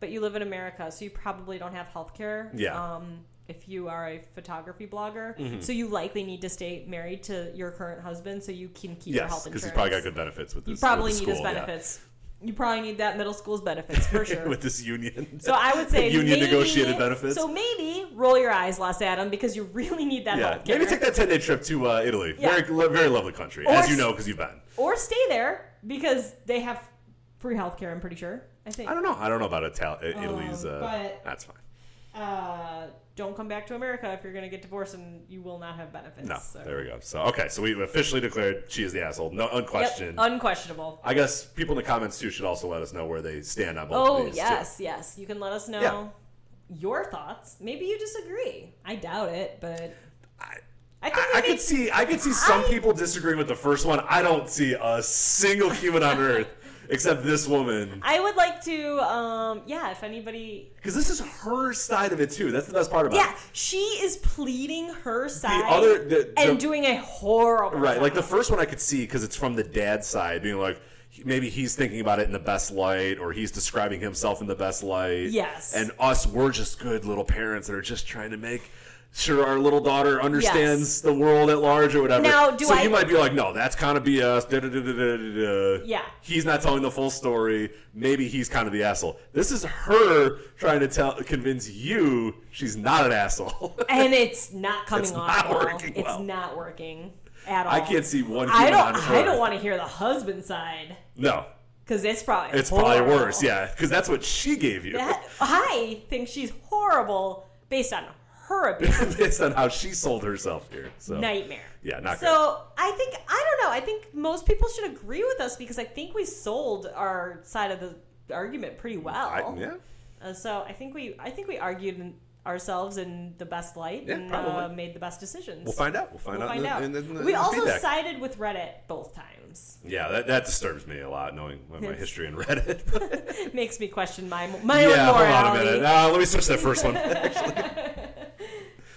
A: But you live in America, so you probably don't have health care.
B: Yeah. Mm-hmm.
A: Um, if you are a photography blogger, so you likely need to stay married to your current husband so you can keep your
B: Yes,
A: health
B: because
A: insurance.
B: he's probably got good benefits with this.
A: You probably
B: with
A: need
B: the
A: his
B: school, yeah.
A: benefits. You probably need that middle school's benefits
B: <laughs>
A: for sure.
B: with this union.
A: <laughs> So I would say
B: union
A: maybe-
B: negotiated benefits.
A: So maybe roll your eyes, Los Adam, because you really need that
B: yeah,
A: healthcare.
B: maybe take that ten day trip to uh, Italy.
A: Yeah.
B: Very, lo- very lovely country, as
A: Or
B: you
A: s-
B: know, because you've been.
A: or stay there because they have free healthcare. I'm pretty sure. I think.
B: I don't know. I don't know about Ital- Italy's. Uh,
A: Um, but-
B: that's fine.
A: Uh, don't come back to America if you're going to get divorced and you will not have benefits.
B: No,
A: so.
B: there we go. So okay, so we officially declared she is the asshole. No,
A: Yep,
B: unquestioned.
A: unquestionable.
B: I guess people in the comments too should also let us know where they stand on both
A: Oh
B: of these. too.
A: yes, yes. You can let us know
B: Yeah.
A: your thoughts. Maybe you disagree. I doubt it, but
B: I-
A: I think
B: I,
A: we
B: I could
A: make-
B: see I could see some
A: I-
B: people disagreeing with the first one. I don't see a single
A: <laughs>
B: human on earth except this woman
A: I would like to. Um, yeah, if anybody,
B: because this is her side of it too. That's the best part about
A: yeah,
B: it.
A: she is pleading her side
B: other- the-
A: and
B: the-
A: doing a horrible
B: Right, like the
A: job.
B: first one I could see because it's from the dad's side, being like he- maybe he's thinking about it in the best light, or he's describing himself in the best light.
A: Yes.
B: and us, we're just good little parents that are just trying to make sure our little daughter understands the world at large or whatever.
A: Now, do
B: so
A: I-
B: you might be like, no, that's kind of BS. Da, da, da, da, da, da, da.
A: Yeah.
B: he's not telling the full story. Maybe he's kind of the asshole. This is her trying to tell, convince you she's not an asshole. <laughs>
A: and it's not coming
B: It's
A: off.
B: not
A: well.
B: working
A: It's
B: well.
A: not working at all.
B: I can't see one.
A: I
B: human
A: don't.
B: on
A: I
B: earth.
A: don't want to hear the husband side
B: No,
A: because it's probably
B: It's probably
A: horrible.
B: worse, yeah, because that's what she gave you,
A: Oh. That, I think she's horrible based on her abuse.
B: <laughs> based on how she sold herself here. So
A: Nightmare.
B: Yeah, not
A: so. I think I don't know. I think most people should agree with us because I think we sold our side of the argument pretty well.
B: Mm, I, yeah,
A: Uh, so I think we I think we argued in, ourselves in the best light
B: Yeah,
A: and uh,
B: probably.
A: made the best decisions.
B: we'll find out. We'll find
A: We'll
B: out.
A: find out.
B: in the- in the- in
A: we
B: the
A: also
B: feedback.
A: sided with Reddit both times. <laughs>
B: yeah, that, that disturbs me a lot, knowing my, my history in
A: <laughs>
B: Reddit.
A: Makes me question my my
B: yeah,
A: own
B: hold
A: morality.
B: on a minute. Uh, let me switch that first one.
A: <laughs>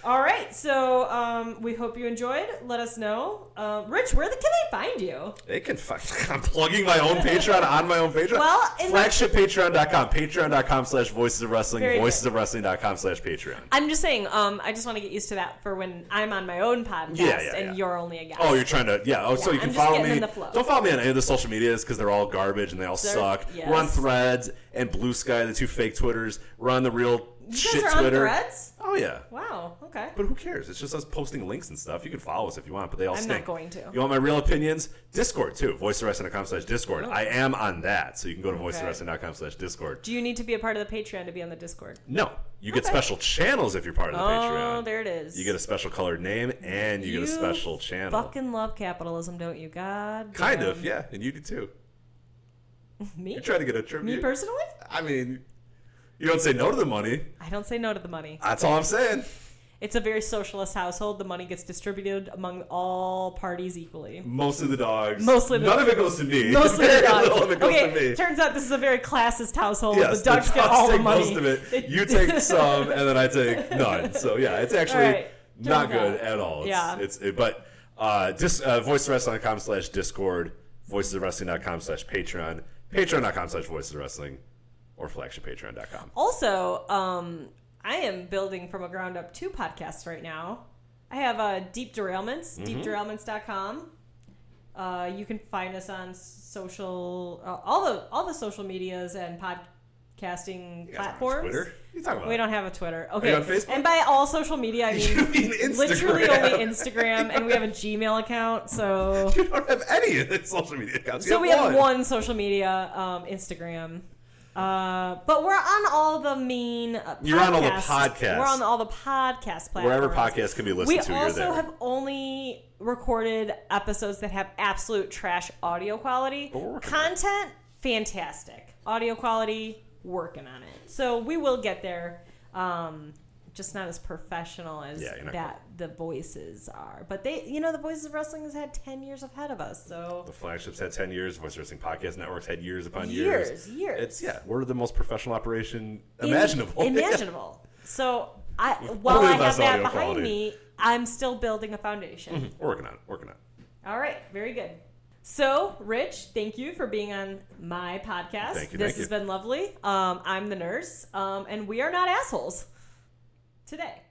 A: All right, so um, we hope you enjoyed. Let us know, uh, Rich. Where the, can they find you?
B: they can. Fuck, <laughs> I'm plugging my own Patreon on my own Patreon.
A: Well, in the-
B: flagshippatreon.com, patreon.com slash voices of wrestling,
A: Very good.
B: voices of wrestling.com slash Patreon.
A: I'm just saying. Um, I just want to get used to that for when I'm on my own podcast
B: Yeah, yeah,
A: and
B: yeah.
A: you're only a guest.
B: Oh, you're trying to yeah. Oh, so
A: Yeah,
B: you can
A: I'm just
B: follow
A: getting
B: me.
A: in the flow.
B: Don't follow me on any of the social medias because they're all garbage and they all suck. We're on
A: yes.
B: Threads and Blue Sky, the two fake Twitters. We're on the real
A: you
B: shit
A: guys are
B: Twitter.
A: on Threads.
B: Oh yeah.
A: Wow. Okay.
B: But who cares? It's just us posting links and stuff. You can follow us if you want, but they all
A: I'm not
B: stink.
A: going to.
B: You want my real opinions? Discord too. VoiceOfWrestling.com slash Discord. I am on that, so you can go to VoiceOfWrestling.com slash Discord.
A: Do you need to be a part of the Patreon to be on the Discord?
B: No, you get
A: Okay.
B: special channels if you're part of the
A: Oh,
B: Patreon.
A: there it is.
B: You get a special colored name and you, get a special channel.
A: Fucking love capitalism, don't you? God.
B: kind
A: damn.
B: of, yeah, and you do too.
A: Me.
B: You're trying to get a
A: Me
B: tribute.
A: personally,
B: I mean, you don't say no to the money.
A: I don't say no to the money.
B: That's all I'm saying.
A: It's a very socialist household. The money gets distributed among all parties equally.
B: <laughs>
A: <laughs>
B: Most of the dogs.
A: Mostly the-
B: None of it goes to
A: <laughs>
B: me.
A: Mostly the
B: <laughs> Very
A: dogs.
B: little of it goes
A: okay,
B: to me.
A: turns out this is a very classist household.
B: yes,
A: the dogs
B: the
A: get
B: dogs
A: all
B: take
A: the money.
B: most
A: <laughs>
B: of it. You take some, and then I take none. So yeah, it's actually
A: All right.
B: not
A: Turns
B: good
A: out.
B: at all. It's,
A: Yeah.
B: It's it, but uh, dis, uh, voicewrestling.com slash discord, voicesofwrestling.com slash patreon, patreon.com slash voicesofwrestling, or flagshippatreon.com.
A: Also, um, I am building from a ground up two podcasts right now. I have uh, Deep
B: Mm-hmm.
A: Derailments, deepderailments.com. Uh, you can find us on social, uh, all the all the social medias and podcasting
B: You guys are on
A: platforms.
B: Twitter? What are you talking about?
A: We don't have a Twitter. Okay.
B: you on Facebook?
A: And by all social media, I mean,
B: <laughs> You mean Instagram.
A: literally only Instagram, and we have a Gmail account.
B: <laughs>
A: So,
B: <laughs> You don't have any of the social media accounts. You
A: so we have one social media, um, Instagram. Uh, but we're on all the main. Uh,
B: You're on all the podcasts.
A: We're on all the podcast platforms.
B: Wherever podcasts can be
A: We
B: listened to, you're
A: also
B: there.
A: have only recorded episodes that have absolute trash audio quality.
B: we're working on
A: Content, fantastic. Audio quality, working on it. So we will get there. Um, just not as professional as
B: Yeah, you're not
A: that the voices are. But they, you know, the voices of wrestling has had 10 years ahead of us. So
B: The flagships had 10 years. Voice Wrestling Podcast Networks had years upon years.
A: years, years.
B: It's, yeah, we're the most professional operation <laughs> imaginable. <laughs>
A: In- imaginable. So I, while I
B: Only
A: have
B: less
A: that
B: audio
A: behind
B: quality.
A: me, I'm still building a foundation.
B: We're working on it. Working on it.
A: All right, very good. So, Rich, thank you for being on my podcast.
B: Thank you,
A: This
B: thank
A: has
B: you.
A: been lovely. Um, I'm the nurse, um, and we are not assholes today.